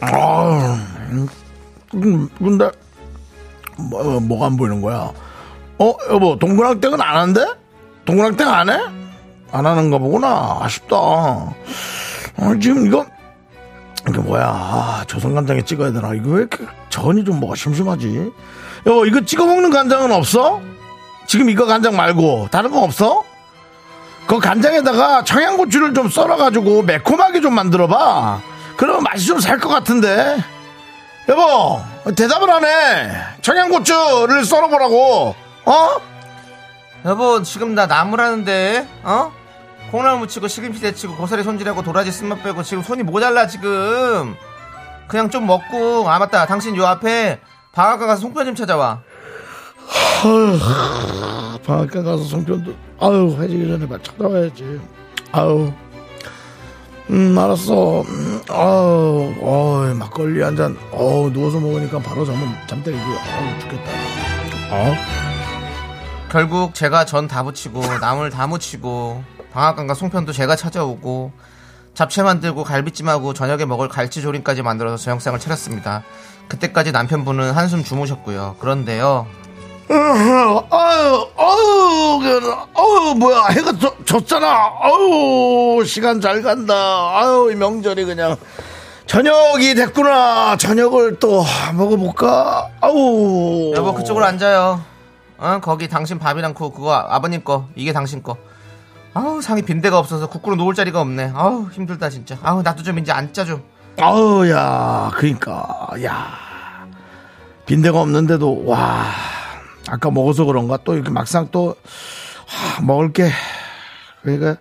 Speaker 1: 아우. 음, 근데, 뭐, 뭐가 안 보이는 거야? 어, 여보, 동그랑땡은 안 한대? 동그랑땡 안 해? 안 하는가 보구나. 아쉽다. 어, 지금 이거, 이게 뭐야. 아, 조선간장에 찍어야 되나. 이거 왜 이렇게 전이 좀 뭐가 심심하지? 여보, 이거 찍어 먹는 간장은 없어? 지금 이거 간장 말고, 다른 거 없어? 그 간장에다가 청양고추를 좀 썰어가지고 매콤하게 좀 만들어봐. 그러면 맛이 좀 살 것 같은데. 여보 대답을 안 해. 청양고추를 썰어보라고. 어?
Speaker 2: 여보 지금 나 나무라는데 어? 콩나물 무치고 시금치 데치고 고사리 손질하고 도라지 쓴맛 빼고 지금 손이 모자라 지금 그냥 좀 먹고 아 맞다 당신 요 앞에 방앗간 가서 송편 좀 찾아와
Speaker 1: 방앗간 가서 송편도 아유 해지기 전에 막 찾아와야지. 아유. 음 알았어. 음, 아유 어이, 막걸리 한 잔. 어 누워서 먹으니까 바로 잠 잠때리기. 아유 죽겠다. 어?
Speaker 2: 결국 제가 전 다 부치고 나물 다 무치고 방앗간과 송편도 제가 찾아오고 잡채 만들고 갈비찜하고 저녁에 먹을 갈치조림까지 만들어서 저 영상을 차렸습니다. 그때까지 남편분은 한숨 주무셨고요. 그런데요.
Speaker 1: [LAUGHS] 아유, 아유, 그, 아유, 뭐야, 해가 져, 졌잖아. 아유, 시간 잘 간다. 아유, 이 명절이 그냥. 저녁이 됐구나. 저녁을 또 먹어볼까? 아우.
Speaker 2: 여보 그쪽으로 앉아요. 어 거기 당신 밥이랑 그 그거 아- 아버님 거 이게 당신 거. 아우 상이 빈대가 없어서 국구로 놓을 자리가 없네. 아우 힘들다 진짜. 아우 나도 좀 이제 앉자 좀.
Speaker 1: 아우, 야, 그니까, 야. 빈대가 없는데도, 와. 아까 먹어서 그런가? 또 이렇게 막상 또 아, 먹을 게 그러니까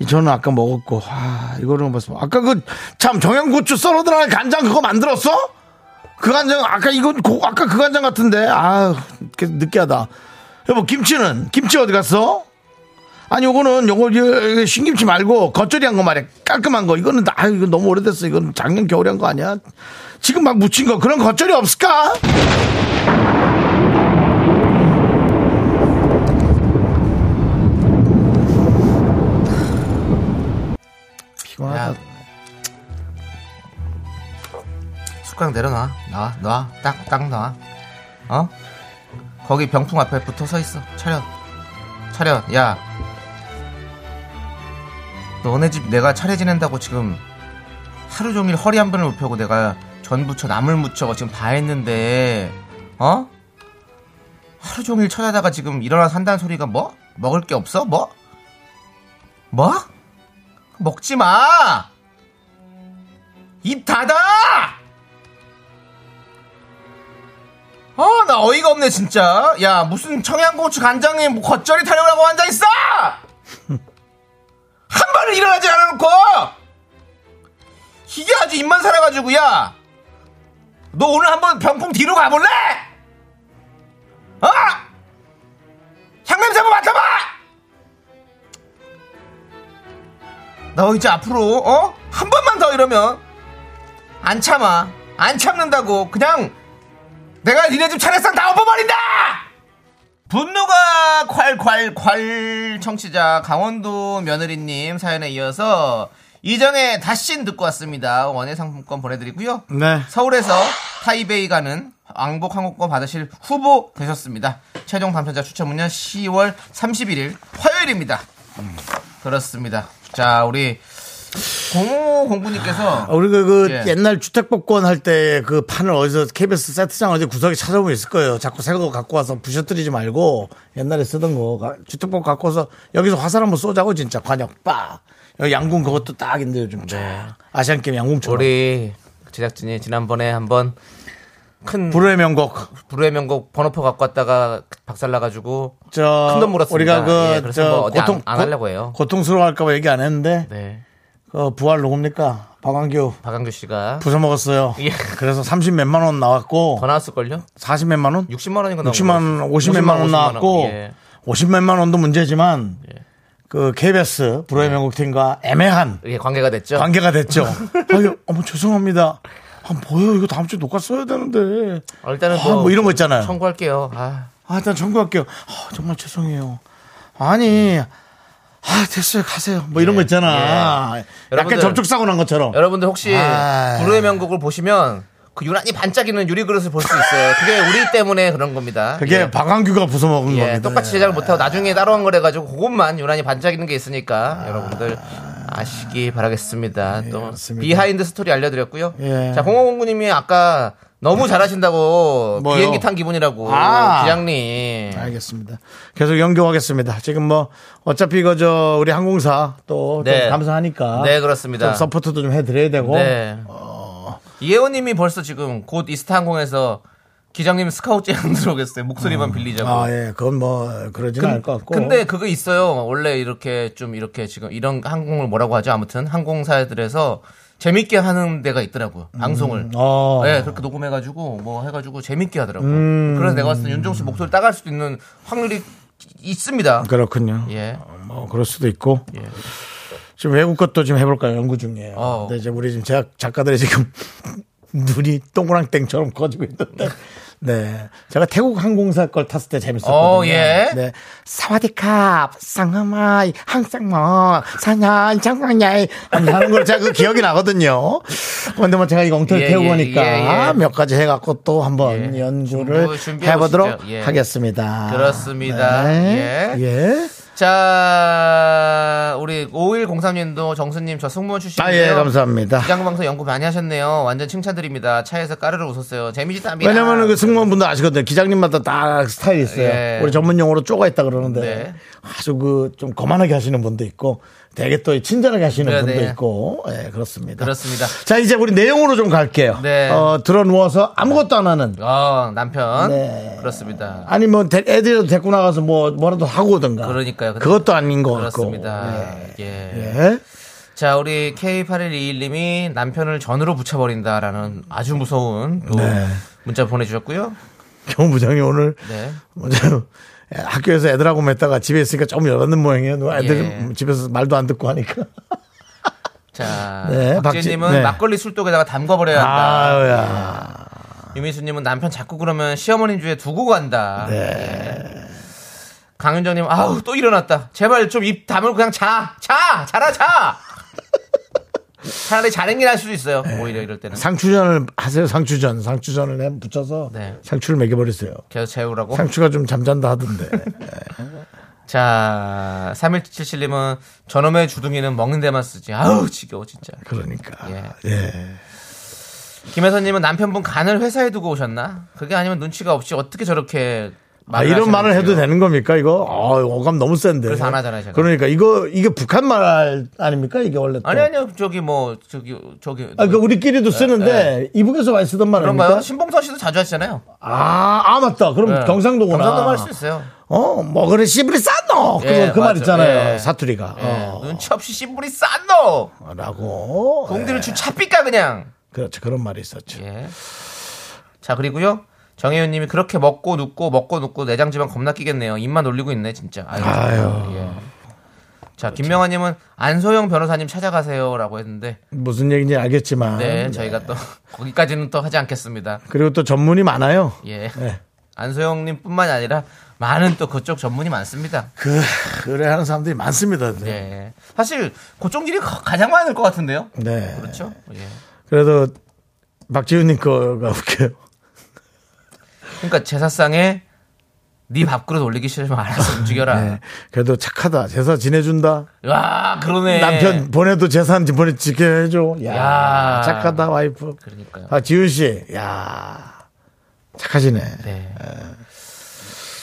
Speaker 1: 이 저는 아까 먹었고 아 이거는 봤어 아까 그 참 정양고추 썰어 들어간 간장 그거 만들었어? 그 간장 아까 이건 고- 아까 그 간장 같은데 아 이렇게 느끼하다 여보 김치는 김치 어디 갔어? 아니 요거는 요거 이거 신김치 말고 겉절이한 거 말이야 깔끔한 거 이거는 나- 아 이거 너무 오래됐어 이건 작년 겨울에 한 거 아니야 지금 막 묻힌 거 그런 겉절이 없을까?
Speaker 2: 야.
Speaker 1: 피곤하다
Speaker 2: 숟가락 내려놔. 놔, 놔. 딱, 딱 놔. 어? 거기 병풍 앞에 붙어 서 있어. 차렷. 차렷. 야. 너네 집 내가 차례 지낸다고 지금 하루 종일 허리 한 번을 못 펴고 내가 전 부쳐 나물 무쳐 지금 다 했는데 어? 하루 종일 쳐다다가 지금 일어나 산다는 소리가 뭐? 먹을 게 없어? 뭐? 뭐? 먹지 마! 입 닫아! 어, 나 어이가 없네, 진짜. 야, 무슨 청양고추 간장에 뭐 겉절이 타령하고 앉아있어! [LAUGHS] 한 번을 일어나지 않아놓고! 이게 아주 입만 살아가지고, 야! 너 오늘 한번 병풍 뒤로 가볼래? 어? 향냄새 한번 맡아봐! 너 이제 앞으로, 어? 한 번만 더 이러면, 안 참아. 안 참는다고. 그냥, 내가 니네 집 차례상 다 엎어버린다! 분노가 콸콸콸 청취자 강원도 며느리님 사연에 이어서 이정의 다신 듣고 왔습니다. 원예 상품권 보내드리고요.
Speaker 1: 네.
Speaker 2: 서울에서 타이베이 가는 왕복 항공권 받으실 후보 되셨습니다. 최종 당첨자 추첨은요 10월 31일 화요일입니다. 그렇습니다. 자 우리 공호 공부님께서
Speaker 1: 우리 그, 그
Speaker 2: 예.
Speaker 1: 옛날 주택복권 할 때 그 판을 어디서 KBS 세트장 어디 구석에 찾아보면 있을 거예요. 자꾸 새거 갖고 와서 부셔뜨리지 말고 옛날에 쓰던 거 가- 주택복권 갖고 와서 여기서 화살 한번 쏘자고 진짜 관역 빡. 여기 양궁 그것도 딱 있는데 요즘 쫙. 아시안 게임 양궁처럼.
Speaker 2: 네. 우리 제작진이 지난번에 한번 큰
Speaker 1: 불후의 명곡.
Speaker 2: 불후의 명곡 번호표 갖고 왔다가 박살나가지고
Speaker 1: 저
Speaker 2: 큰돈 물었습니다.
Speaker 1: 우리가
Speaker 2: 예,
Speaker 1: 그
Speaker 2: 그래서
Speaker 1: 저
Speaker 2: 뭐 어디 안-
Speaker 1: 고통
Speaker 2: 안 하려고 해요.
Speaker 1: 고통스러워할까봐 얘기 안 했는데
Speaker 2: 네
Speaker 1: 그 부활 누굽니까? 박완규
Speaker 2: 박한규 씨가
Speaker 1: 부숴 먹었어
Speaker 2: 예.
Speaker 1: 요 그래서 30 몇만 원
Speaker 2: 더
Speaker 1: 나왔고
Speaker 2: 나왔을걸요?
Speaker 1: 40 몇만 원?
Speaker 2: 60만 원인가
Speaker 1: 60만 원, 50 몇만 원 나왔고
Speaker 2: 예.
Speaker 1: 50 몇만 원도 문제지만 그 KBS 불후의 명곡팀과 애매한
Speaker 2: 예, 관계가 됐죠.
Speaker 1: 관계가
Speaker 2: [LAUGHS]
Speaker 1: 됐죠. 아유, 어머 죄송합니다. 아 뭐예요? 이거 다음 주에 녹화 써야 되는데.
Speaker 2: 어, 일단은
Speaker 1: 아, 뭐 이런 거 있잖아요.
Speaker 2: 청구할게요. 아,
Speaker 1: 아, 일단 청구할게요. 아, 정말 죄송해요. 아니, 아, 됐어요. 가세요. 뭐 이런 거 있잖아. 약간
Speaker 2: 예. 여러분들,
Speaker 1: 접촉사고 난 것처럼.
Speaker 2: 여러분들 혹시
Speaker 1: 아.
Speaker 2: 불후의 명곡을 보시면 그 유난히 반짝이는 유리 그릇을 볼 수 있어요. 그게 우리 때문에 그런 겁니다.
Speaker 1: 그게
Speaker 2: 예.
Speaker 1: 박완규가 부숴먹은
Speaker 2: 예,
Speaker 1: 겁니다.
Speaker 2: 똑같이 제작을 못하고 나중에 따로 한 거래가지고 그것만 유난히 반짝이는 게
Speaker 1: 아.
Speaker 2: 있으니까 여러분들 아시기 바라겠습니다. 또
Speaker 1: 그렇습니다.
Speaker 2: 비하인드 스토리 알려드렸고요.
Speaker 1: 예.
Speaker 2: 자, 공호공구님이 아까 너무 잘하신다고
Speaker 1: [LAUGHS] 뭐요?
Speaker 2: 비행기 탄 기분이라고
Speaker 1: 아.
Speaker 2: 기장님.
Speaker 1: 알겠습니다. 계속 연결하겠습니다. 지금 뭐 어차피 그저 우리 항공사 또
Speaker 2: 네.
Speaker 1: 좀 감사하니까
Speaker 2: 네, 그렇습니다.
Speaker 1: 좀 어. 서포트도 좀 해드려야 되고
Speaker 2: 네. 이혜원님이 벌써 지금 곧 이스타항공에서 기장님 [LAUGHS] 스카우트 제안 들어오겠어요. 목소리만 빌리자고.
Speaker 1: 아 예, 그건 뭐 그러지는 않을 것 같고
Speaker 2: 근데 그거 있어요. 원래 이렇게 좀 이렇게 지금 이런 항공을 뭐라고 하죠? 아무튼 항공사들에서 재밌게 하는 데가 있더라고요.
Speaker 1: 음.
Speaker 2: 방송을.
Speaker 1: 어.
Speaker 2: 네, 그렇게 녹음해가지고 뭐 해가지고 재밌게 하더라고요.
Speaker 1: 음.
Speaker 2: 그래서 내가 봤을 때 윤종수 목소리 따갈 수도 있는 확률이 있습니다.
Speaker 1: 그렇군요.
Speaker 2: 예.
Speaker 1: 뭐 그럴 수도 있고 지금 외국 것도 지금 해볼까요 연구 중이에요.
Speaker 2: 어.
Speaker 1: 근데 이제 우리 지금 제작 작가들이 지금 [LAUGHS] 눈이 동그랑땡처럼 커지고 있는데. 네, 제가 태국 항공사 걸 탔을 때 재밌었거든요.
Speaker 2: 어, 예.
Speaker 1: 네, 사와디캅, 상하마이, 항상 뭐 사냥 장관야이 하는 걸 제가 그 기억이 나거든요. 그런데 뭐 제가 이거 엉터리
Speaker 2: 예,
Speaker 1: 태우고
Speaker 2: 예,
Speaker 1: 하니까
Speaker 2: 예, 예.
Speaker 1: 몇 가지 해갖고 또 한번
Speaker 2: 예.
Speaker 1: 연구를
Speaker 2: 준비- 준비해
Speaker 1: 해보도록
Speaker 2: 보시죠. 예.
Speaker 1: 하겠습니다.
Speaker 2: 그렇습니다.
Speaker 1: 네.
Speaker 2: 예.
Speaker 1: 예.
Speaker 2: 자, 우리 5103님도 정수님 저 승무원
Speaker 1: 아,
Speaker 2: 출신이에요.
Speaker 1: 예, 감사합니다.
Speaker 2: 기장 방송 연구 많이 하셨네요. 완전 칭찬드립니다. 차에서 까르르 웃었어요. 재미지답니다.
Speaker 1: 왜냐면은 그 승무원분들 아시거든요. 기장님마다 다 스타일이 있어요.
Speaker 2: 예.
Speaker 1: 우리 전문 용어로 쪼가 있다 그러는데
Speaker 2: 네.
Speaker 1: 아주 그 좀 거만하게 하시는 분도 있고 되게 또 친절하게 하시는
Speaker 2: 네,
Speaker 1: 분도
Speaker 2: 네.
Speaker 1: 있고 예, 그렇습니다.
Speaker 2: 그렇습니다.
Speaker 1: 자, 이제 우리 내용으로 좀 갈게요.
Speaker 2: 네.
Speaker 1: 어, 들어 누워서 아무것도 안 하는
Speaker 2: 어, 남편.
Speaker 1: 네.
Speaker 2: 그렇습니다.
Speaker 1: 아니 뭐 데- 애들이라도 데리고 나가서 뭐 뭐라도 하고 오든가.
Speaker 2: 그러니까요. 근데
Speaker 1: 그것도 아닌 것
Speaker 2: 그렇습니다.
Speaker 1: 같고.
Speaker 2: 예.
Speaker 1: 예. [LAUGHS] 예.
Speaker 2: 자, 우리 K8121님이 남편을 전으로 붙여버린다라는 아주 무서운 또
Speaker 1: 네.
Speaker 2: 문자 보내주셨고요.
Speaker 1: 경부장이 오늘 뭐
Speaker 2: 네.
Speaker 1: 먼저 예, 학교에서 애들하고 맸다가 집에 있으니까 조금 열었는 모양이에요. 누가 애들
Speaker 2: 예.
Speaker 1: 집에서 말도 안 듣고 하니까.
Speaker 2: 자,
Speaker 1: 네,
Speaker 2: 박재님은
Speaker 1: 박지- 네.
Speaker 2: 막걸리 술독에다가 담궈버려야 한다.
Speaker 1: 아우야.
Speaker 2: 유미수님은 남편 자꾸 그러면 시어머님 주에 두고 간다.
Speaker 1: 네.
Speaker 2: 예. 강윤정님, 아우, 또 일어났다. 제발 좀 입 다물고 그냥 자! 자! 자라, 자! 차라리 자는 게 나을 수도 있어요.
Speaker 1: 네.
Speaker 2: 오히려 이럴 때는.
Speaker 1: 상추전을 하세요. 상추전. 상추전을 해 붙여서
Speaker 2: 네.
Speaker 1: 상추를 먹여버리세요.
Speaker 2: 계속 재우라고.
Speaker 1: 상추가 좀 잠잔다 하던데. [LAUGHS]
Speaker 2: 자, 3177님은 저놈의 주둥이는 먹는 데만 쓰지. 아우, 지겨워, 진짜.
Speaker 1: 그러니까.
Speaker 2: 예.
Speaker 1: 예.
Speaker 2: 김혜선님은 남편분 간을 회사에 두고 오셨나? 그게 아니면 눈치가 없이 어떻게 저렇게.
Speaker 1: 아, 이런 말을 해도 되는 겁니까? 이거 어, 어감 너무 센데.
Speaker 2: 그래서 안 하잖아요, 제가.
Speaker 1: 그러니까 이거 이게 북한 말 아닙니까? 이게 원래 또.
Speaker 2: 아니, 아니요. 저기 뭐, 저기, 저기.
Speaker 1: 아, 그러니까 우리끼리도 쓰는데 이북에서 많이 쓰던 말 아닙니까?
Speaker 2: 네. 그런가요? 신봉선 씨도 자주 하시잖아요.
Speaker 1: 아, 아 맞다. 그럼
Speaker 2: 네.
Speaker 1: 경상도구나.
Speaker 2: 경상도 할수 있어요.
Speaker 1: 어, 뭐 그래 시브리 싸노.
Speaker 2: 예,
Speaker 1: 그 말
Speaker 2: 맞아요.
Speaker 1: 있잖아요.
Speaker 2: 예.
Speaker 1: 사투리가.
Speaker 2: 예, 눈치 없이 씨불이 싼 너.
Speaker 1: 어, 라고.
Speaker 2: 공들을 주 차삐까 그냥.
Speaker 1: 그렇죠. 그런 말이 있었죠.
Speaker 2: 예. 자 그리고요. 정혜윤님이 그렇게 먹고 눕고 먹고 눕고 내장지방 겁나 끼겠네요. 입만 올리고 있네 진짜. 아유.
Speaker 1: 아유. 그렇죠.
Speaker 2: 예. 자 김명아님은 안소영 변호사님 찾아가세요라고 했는데
Speaker 1: 무슨 얘기인지 알겠지만.
Speaker 2: 네, 저희가 또 [LAUGHS] 거기까지는 또 하지 않겠습니다.
Speaker 1: 그리고 또 전문이 많아요.
Speaker 2: 예.
Speaker 1: 네.
Speaker 2: 안소영님뿐만이 아니라 많은 또 그쪽 전문이 많습니다.
Speaker 1: 그 그래 하는 사람들이 많습니다. 네.
Speaker 2: 예. 사실 그쪽 일이 가- 가장 많을 것 같은데요.
Speaker 1: 네.
Speaker 2: 그렇죠. 예.
Speaker 1: 그래도 박지훈님 거가 웃겨요.
Speaker 2: 그러니까 제사상에 네 밥그릇 올리기 싫으면 알아서 움직여라.
Speaker 1: 네. 그래도 착하다. 제사 지내준다.
Speaker 2: 와 그러네.
Speaker 1: 남편 보내도 재산지 보내 지켜줘. 야,
Speaker 2: 야.
Speaker 1: 착하다 와이프.
Speaker 2: 그러니까요.
Speaker 1: 아 지훈 씨, 야 착하시네.
Speaker 2: 네.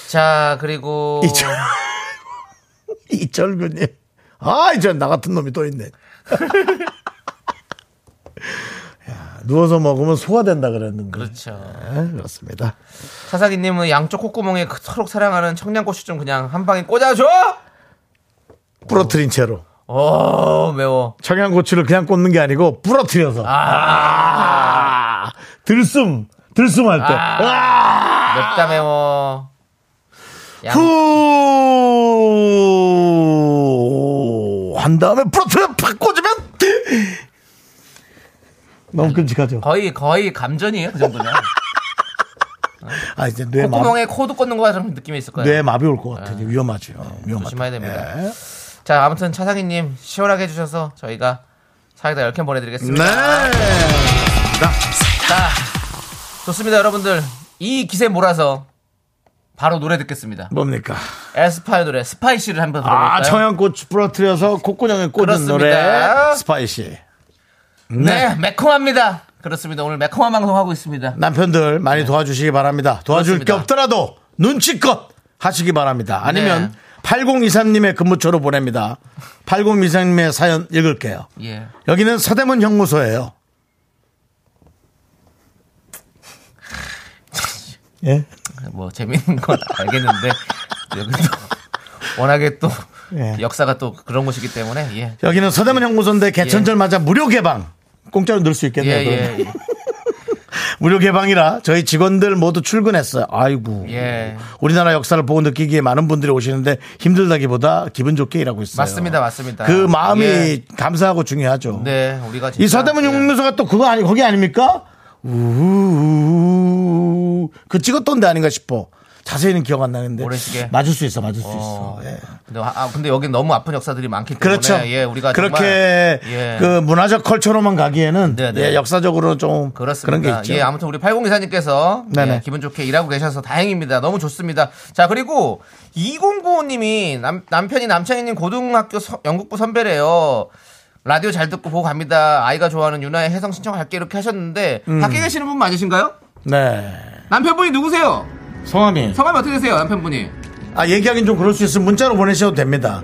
Speaker 2: 자 그리고
Speaker 1: 이철 이철근님, 아 이제 나 같은 놈이 또 있네. [LAUGHS] 야, 누워서 먹으면 소화 된다 그랬는데.
Speaker 2: 그렇죠.
Speaker 1: 네, 그렇습니다.
Speaker 2: 사사기님은 양쪽 콧구멍에 그- 서로 사랑하는 청양고추 좀 그냥 한 방에 꽂아줘.
Speaker 1: 부러뜨린 채로
Speaker 2: 오 어, 매워.
Speaker 1: 청양고추를 그냥 꽂는 게 아니고 부러뜨려서 아. 들숨 들숨할 때. 아.
Speaker 2: 맵다 매워. 양-
Speaker 1: 후! 한 다음에 프로트를 팍 꽂으면 [LAUGHS] 너무 끔찍하죠.
Speaker 2: 거의 거의 감전이에요 그 정도면.
Speaker 1: 아 이제 뇌 마비
Speaker 2: 콧구멍에 코도 꽂는 거처럼 느낌이 있을 거예요.
Speaker 1: 뇌 마비 올 것 같아요.
Speaker 2: 네.
Speaker 1: 위험하죠. 위험하죠.
Speaker 2: 조심해야 됩니다. 자 아무튼 차상희님 시원하게 해주셔서 저희가 사이다 10캔 보내드리겠습니다.
Speaker 1: 네.
Speaker 2: 자, 좋습니다, 여러분들. 이 기세 몰아서 바로 노래 듣겠습니다.
Speaker 1: 뭡니까?
Speaker 2: 에스파의 노래 스파이시를 한번 들어볼까요?
Speaker 1: 아 청양고추 부러뜨려서 콧구멍에 꽂은
Speaker 2: 그렇습니다.
Speaker 1: 노래 스파이시.
Speaker 2: 네. 매콤합니다. 그렇습니다. 오늘 매콤한 방송 하고 있습니다.
Speaker 1: 남편들 많이 도와주시기 바랍니다. 도와줄 게
Speaker 2: 네. 그렇습니다.
Speaker 1: 없더라도 눈치껏 하시기 바랍니다. 아니면
Speaker 2: 네.
Speaker 1: 8023님의 근무처로 보냅니다. 8023님의 사연 읽을게요.
Speaker 2: 예.
Speaker 1: 여기는 서대문 형무소예요. 예?
Speaker 2: 뭐 재밌는 [LAUGHS] 건 알겠는데 여기도 워낙에 또
Speaker 1: 예.
Speaker 2: 역사가 또 그런 곳이기 때문에 예.
Speaker 1: 여기는 서대문 형무소인데 개천절 맞아 무료 개방. 공짜로 넣을 수
Speaker 2: 예,
Speaker 1: 있겠네요. 그러면.
Speaker 2: 예,
Speaker 1: 무료 개방이라 저희 직원들 모두 출근했어요. 아이고.
Speaker 2: 예. 예.
Speaker 1: 우리나라 역사를 보고 느끼기에 많은 분들이 오시는데 힘들다기보다 기분 좋게 일하고 있어요.
Speaker 2: 맞습니다, 맞습니다.
Speaker 1: 그 마음이
Speaker 2: 예.
Speaker 1: 감사하고 중요하죠.
Speaker 2: 네, 우리가 진짜
Speaker 1: 이 서대문
Speaker 2: 예.
Speaker 1: 용문소가 또 그거 아니 거기 그 아닙니까? 우그 찍었던 데 아닌가 싶어. 자세히는 기억 안 나는데
Speaker 2: 모래시계?
Speaker 1: 맞을 수 있어, 맞을 수
Speaker 2: 어.
Speaker 1: 있어. 예.
Speaker 2: 근데, 아, 아, 근데 여기 너무 아픈 역사들이 많기 때문에
Speaker 1: 그렇죠.
Speaker 2: 예, 우리가
Speaker 1: 그렇게
Speaker 2: 정말, 예.
Speaker 1: 그 문화적 컬처로만 가기에는
Speaker 2: 네, 네.
Speaker 1: 예, 역사적으로 좀
Speaker 2: 그렇습니다.
Speaker 1: 런게 있죠.
Speaker 2: 예, 아무튼 우리 80기사님께서
Speaker 1: 네네.
Speaker 2: 예, 기분 좋게 일하고 계셔서 다행입니다. 너무 좋습니다. 자, 그리고 2095님이 남, 남편이 남창희님 고등학교 서- 영국부 선배래요. 라디오 잘 듣고 보고 갑니다. 아이가 좋아하는 유나의 해성 신청할게 이렇게 하셨는데
Speaker 1: 음.
Speaker 2: 밖에 계시는 분 맞으신가요?
Speaker 1: 네.
Speaker 2: 남편분이 누구세요?
Speaker 1: 성함이.
Speaker 2: 성함이 어떻게 되세요, 남편분이?
Speaker 1: 아, 얘기하긴 좀 그럴 수 있으면 문자로 보내셔도 됩니다.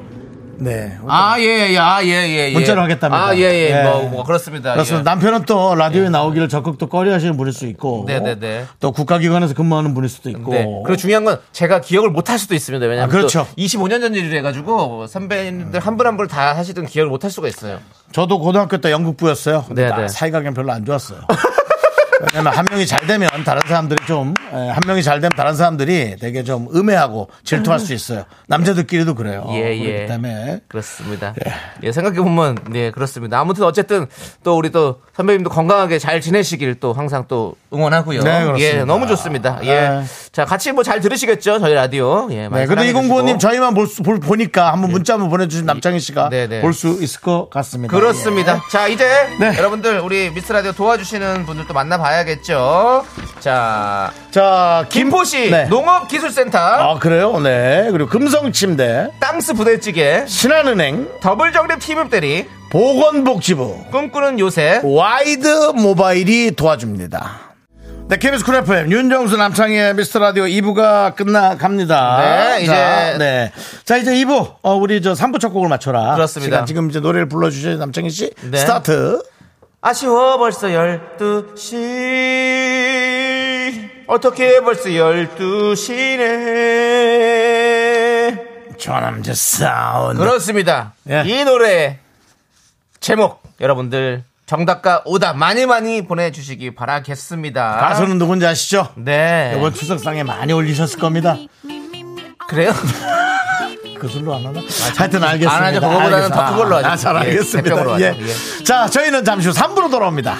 Speaker 1: 네.
Speaker 2: 아, 예, 예, 아, 예, 예, 예.
Speaker 1: 문자로 하겠답니다.
Speaker 2: 아, 예, 예,
Speaker 1: 예.
Speaker 2: 뭐, 뭐 그렇습니다.
Speaker 1: 그렇습니다.
Speaker 2: 예.
Speaker 1: 남편은 또 라디오에 나오기를 적극 또 꺼려 하시는 분일 수 있고.
Speaker 2: 네, 네, 네.
Speaker 1: 또 국가기관에서 근무하는 분일 수도 있고.
Speaker 2: 네. 그리고 중요한 건 제가 기억을 못 할 수도 있습니다. 왜냐하면
Speaker 1: 어. 아, 그렇죠.
Speaker 2: 25년 전 일을 해가지고 뭐 선배님들 한 분 한 분 다 하시던 기억을 못 할 수가 있어요.
Speaker 1: 저도 고등학교 때 영국부였어요.
Speaker 2: 네,
Speaker 1: 나
Speaker 2: 네.
Speaker 1: 사이가 그냥 별로 안 좋았어요. [LAUGHS] 왜냐면 한 명이 잘 되면 다른 사람들이 좀, 에, 한 명이 잘 되면 다른 사람들이 되게 좀 음해하고 질투할 수 있어요. 남자들끼리도 그래요.
Speaker 2: 예, 예.
Speaker 1: 그렇기 때문에. 네,
Speaker 2: 그렇습니다. 예, 생각해보면, 네, 그렇습니다. 아무튼 어쨌든 또 우리 또 선배님도 건강하게 잘 지내시길 또 항상 또 응원하고요.
Speaker 1: 네, 그렇습니다.
Speaker 2: 예, 너무 좋습니다. 예.
Speaker 1: 네.
Speaker 2: 자, 같이 뭐 잘 들으시겠죠? 저희 라디오. 예, 많이
Speaker 1: 네, 근데
Speaker 2: 사랑해주시고. 예.
Speaker 1: 이공구님 저희만 볼 수, 볼, 보니까 한번 문자 한번 보내주신 남창희 씨가
Speaker 2: 네, 네.
Speaker 1: 볼 수 있을 것 같습니다.
Speaker 2: 그렇습니다. 자, 이제
Speaker 1: 네.
Speaker 2: 여러분들 우리 미스라디오 도와주시는 분들도 만나봐야겠죠. 자,
Speaker 1: 예. 자, 김,
Speaker 2: 김포시
Speaker 1: 네.
Speaker 2: 농업기술센터.
Speaker 1: 아, 그래요? 네. 그리고 금성침대,
Speaker 2: 땅스 부대찌개,
Speaker 1: 신한은행,
Speaker 2: 더블정립 피부대리,
Speaker 1: 보건복지부,
Speaker 2: 꿈꾸는 요새,
Speaker 1: 와이드 모바일이 도와줍니다. 네, KBS 쿨 FM, 윤정수 남창희의 미스터 라디오 2부가 끝나갑니다.
Speaker 2: 네,
Speaker 1: 자,
Speaker 2: 이제-
Speaker 1: 네. 자, 이제 2부, 어, 우리 저 3부 첫 곡을 맞춰라.
Speaker 2: 그렇습니다.
Speaker 1: 시간 지금 이제 노래를 불러주신 남창희 씨,
Speaker 2: 네.
Speaker 1: 스타트.
Speaker 2: 아쉬워 벌써 12시 어떻게 벌써 12시네
Speaker 1: 전함제 사운드.
Speaker 2: 그렇습니다
Speaker 1: 예.
Speaker 2: 이 노래 제목 여러분들 정답과 오답 많이 많이 보내주시기 바라겠습니다
Speaker 1: 가수는 누군지 아시죠?
Speaker 2: 네
Speaker 1: 이번 추석상에 많이 올리셨을 겁니다.
Speaker 2: 그래요?
Speaker 1: 그 술로 안 하나? 하여튼 알겠습니다.
Speaker 2: 아, 안 하죠. 그거보다는
Speaker 1: 알겠습니다.
Speaker 2: 더 그걸로 하죠.
Speaker 1: 아, 잘
Speaker 2: 예,
Speaker 1: 알겠습니다.
Speaker 2: 대표적으로
Speaker 1: 예.
Speaker 2: 하죠.
Speaker 1: 자, 저희는 잠시 후 3부로 돌아옵니다.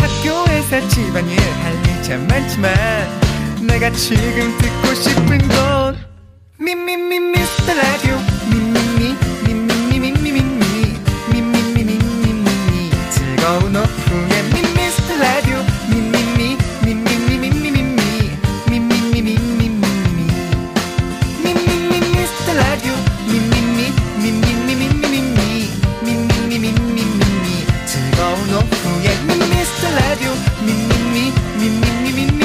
Speaker 8: 학교에서 집안일 할 일 참 많지만 내가 지금 듣고 싶은 건 미미미 미스터 라디오 미미미 미미미 미미미 미미미 미미미 즐거운 오후에 미스터 라디오 미미미 미미미 미미미 미미미 미미미 미미미 미스터 라디오 미미미 미미미 미미미 미미미 미미미 즐거운 오후에 미스터 라디오 미미미 미미미 미미미 미미미 미미미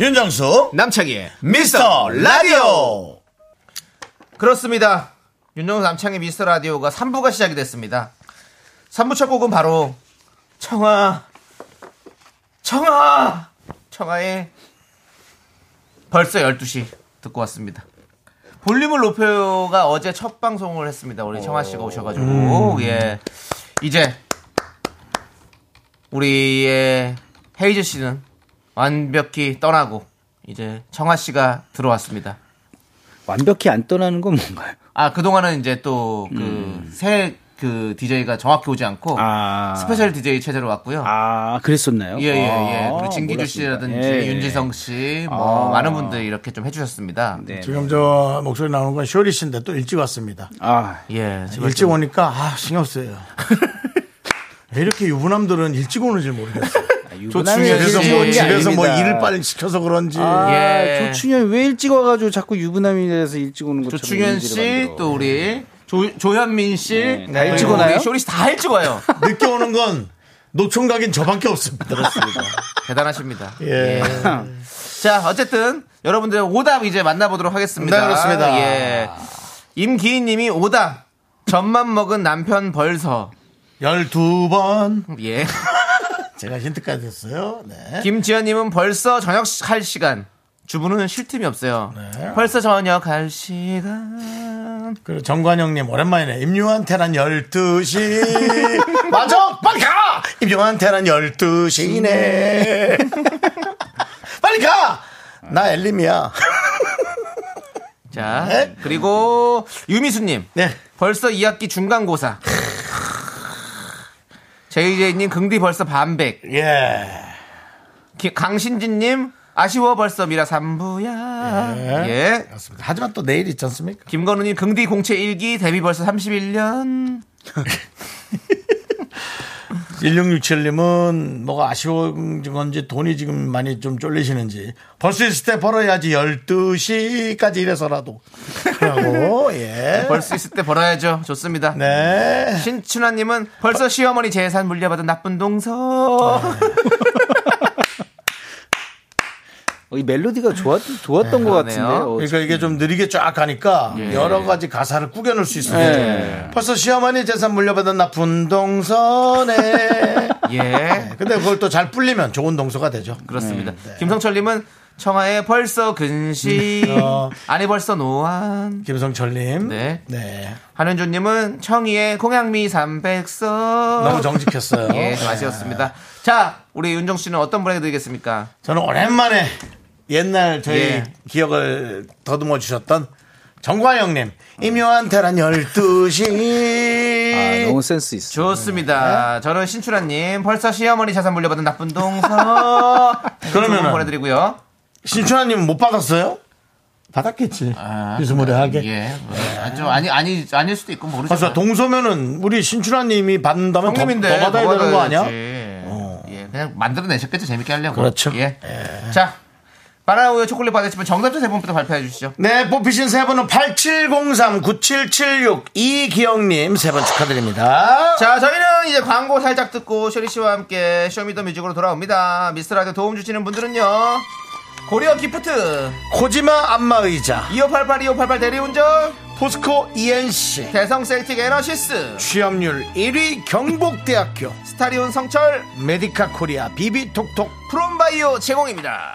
Speaker 1: 윤정수,
Speaker 2: 남창희의
Speaker 1: 미스터 라디오.
Speaker 2: 그렇습니다. 윤정수 남창의 미스터 라디오가 3부가 시작이 됐습니다. 3부 첫 곡은 바로 청아 청아 청아의 벌써 12시 듣고 왔습니다. 볼륨을 높여요가 어제 첫 방송을 했습니다. 우리 청아
Speaker 9: 어.
Speaker 2: 씨가 오셔가지고
Speaker 9: 음.
Speaker 2: 예 이제 우리의 헤이즈 씨는 완벽히 떠나고 이제 청아 씨가 들어왔습니다.
Speaker 9: 완벽히 안 떠나는 건 뭔가요?
Speaker 2: 아, 그동안은 이제 또, 그, 새, 그, DJ가 정확히 오지 않고,
Speaker 9: 음. 아.
Speaker 2: 스페셜 DJ 체제로 왔고요.
Speaker 9: 아, 그랬었나요?
Speaker 2: 예, 예, 예.
Speaker 9: 아,
Speaker 2: 그리고 진기주
Speaker 9: 몰랐습니다.
Speaker 2: 씨라든지,
Speaker 9: 예, 예.
Speaker 2: 윤지성 씨, 뭐, 많은 분들이 이렇게 좀 해주셨습니다.
Speaker 9: 네.
Speaker 1: 지금 저 목소리 나오는 건 쇼리 씨인데 또 일찍 왔습니다.
Speaker 9: 아,
Speaker 2: 예, 제발
Speaker 1: 일찍
Speaker 2: 좀-
Speaker 1: 오니까, 아, 신경 쓰여요.
Speaker 9: [LAUGHS]
Speaker 1: 왜 이렇게 유부남들은 일찍 오는지 모르겠어요. 저
Speaker 9: 아, 유부남이
Speaker 1: 집에서
Speaker 9: 일찍
Speaker 1: 뭐,
Speaker 9: 오는 게
Speaker 1: 집에서 뭐
Speaker 9: 아닙니다.
Speaker 1: 일을 빨리 시켜서 그런지.
Speaker 9: 아,
Speaker 2: 예.
Speaker 9: 조충현이 왜 일찍 와가지고 자꾸 유부남이 돼서 일찍 오는 것처럼
Speaker 2: 조충현
Speaker 9: 이미지를
Speaker 2: 씨,
Speaker 9: 만들어.
Speaker 2: 또 우리, 조, 조현민 씨.
Speaker 9: 다 일찍
Speaker 2: 그리고
Speaker 9: 오나요?
Speaker 2: 우리 쇼리 씨 다 일찍 와요.
Speaker 1: 늦게 오는 건 노총각인 저밖에 없습니다. 그렇습니다.
Speaker 2: 대단하십니다.
Speaker 1: 예.
Speaker 2: 자, 어쨌든 여러분들의 오답 이제 만나보도록 하겠습니다.
Speaker 1: 네, 그렇습니다.
Speaker 2: 예. 임기희 님이 오답. 젖만 먹은 남편 벌서.
Speaker 1: 12번.
Speaker 2: 예. [LAUGHS]
Speaker 1: 제가 힌트까지 했어요. 네.
Speaker 2: 김지현 님은 벌써 저녁 할 시간. 주부는 쉴 틈이 없어요. 벌써 저녁 할 시간.
Speaker 1: 그리고 정관영님 오랜만이네. 임요한 테란
Speaker 2: [LAUGHS]
Speaker 1: 12시. 맞아! 빨리 가! 임요한 테란
Speaker 2: 음.
Speaker 1: 12시네. 빨리 가! 나 엘림이야.
Speaker 2: 자, 그리고 유미수님.
Speaker 1: 네.
Speaker 2: 벌써 2학기 중간고사. JJ님, 긍디 벌써 반백.
Speaker 1: 예.
Speaker 2: 기- 강신진님, 아쉬워 벌써 미라 삼부야
Speaker 1: 네.
Speaker 2: 예.
Speaker 1: 그렇습니다. 하지만 또 내일 있지 않습니까?
Speaker 2: 김건우님, 긍디 공채 일기 데뷔 벌써 31년.
Speaker 1: 1667님은 뭐가 아쉬운 건지 돈이 지금 많이 좀 쫄리시는지 벌 수 있을 때 벌어야지 12시까지 일해서라도 라고 [LAUGHS] 예.
Speaker 2: 벌 수 있을 때 벌어야죠. 좋습니다.
Speaker 1: 네.
Speaker 2: 신춘하님은 벌써 시어머니 재산 물려받은 나쁜 동서.
Speaker 9: 어, 이 멜로디가 좋았, 좋았던 것 같은데.
Speaker 2: 그러네요.
Speaker 9: 어,
Speaker 1: 그러니까 이게 좀 느리게 쫙 가니까 여러 가지 가사를 꾸겨낼 수 있습니다. 벌써 시어머니 재산 물려받은 나쁜 동선에
Speaker 2: 예.
Speaker 1: 근데 그걸 또 잘 불리면 좋은 동서가 되죠.
Speaker 2: 그렇습니다.
Speaker 1: 네.
Speaker 2: 김성철님은 청하에 벌써 근시,
Speaker 1: 어.
Speaker 2: 아니 벌써 노안.
Speaker 1: 김성철님.
Speaker 2: 네.
Speaker 1: 네.
Speaker 2: 한현주님은 청이의 공양미 300석.
Speaker 1: 너무 정직했어요.
Speaker 2: 예, 좀 아쉬웠습니다. 자, 우리 윤정 씨는 어떤 분에게 드리겠습니까?
Speaker 1: 저는 오랜만에 옛날 저희
Speaker 2: 예.
Speaker 1: 기억을 더듬어 주셨던 정과영님 임요한 테란 12시
Speaker 9: 아, 너무 센스 있어.
Speaker 2: 좋습니다.
Speaker 1: 네.
Speaker 2: 저는 신출아님 벌써 시어머니 자산 물려받은 나쁜
Speaker 1: [LAUGHS]
Speaker 2: 동서.
Speaker 1: 그러면은.
Speaker 2: 선물 보내드리고요.
Speaker 1: 신춘하님 못 받았어요? 아, 받았겠지 유스무리하게
Speaker 2: 예, 아, 좀 아니 아니 아닐 수도 있고 모르죠.
Speaker 1: 벌써 동서면은 우리 신춘하님이 받는다면 더,
Speaker 2: 형님인데
Speaker 1: 더 받아야 되는 거 아니야? 어.
Speaker 2: 받아야지. 예, 그냥 만들어내셨겠죠 재밌게 하려고.
Speaker 1: 그렇죠.
Speaker 2: 예. 자, 바나나 우유 초콜릿 받으시면 정답자 세 분부터 발표해 주시죠.
Speaker 1: 네 뽑히신 세 분은 8703 9776 이기영님 세 번 축하드립니다
Speaker 2: 자, 저희는 이제 광고 살짝 듣고 쇼리 씨와 함께 쇼미더 뮤직으로 돌아옵니다. 미스터라디오 도움 주시는 분들은요. 고려 기프트,
Speaker 1: 코지마 안마의자
Speaker 2: 2588, 2588 대리운전,
Speaker 1: 포스코 ENC
Speaker 2: 대성 셀틱 에너시스,
Speaker 1: 취업률 1위 경북대학교
Speaker 2: 스타리온 성철,
Speaker 1: 메디카 코리아 비비톡톡
Speaker 2: 프롬바이오 제공입니다.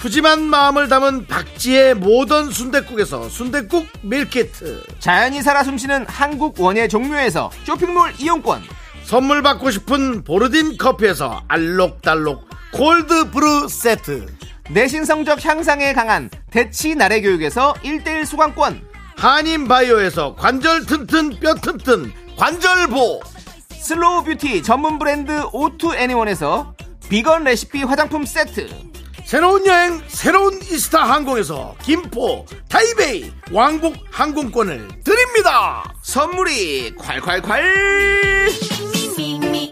Speaker 1: 푸짐한 마음을 담은 박지의 모던 순댓국에서 순댓국 밀키트
Speaker 2: 자연이 살아 숨쉬는 한국 원예 종묘에서 쇼핑몰 이용권,
Speaker 1: 선물 받고 싶은 보르딘 커피에서 알록달록 골드브루 세트
Speaker 2: 내신 성적 향상에 강한 대치 나래 교육에서 1대1 수강권,
Speaker 1: 한인바이오에서 관절 튼튼 뼈 튼튼 관절보
Speaker 2: 슬로우 뷰티 전문 브랜드 오투 애니원에서 비건 레시피 화장품 세트,
Speaker 1: 새로운 여행 새로운 이스타 항공에서 김포 타이베이 왕복 항공권을 드립니다
Speaker 2: 선물이 콸콸콸!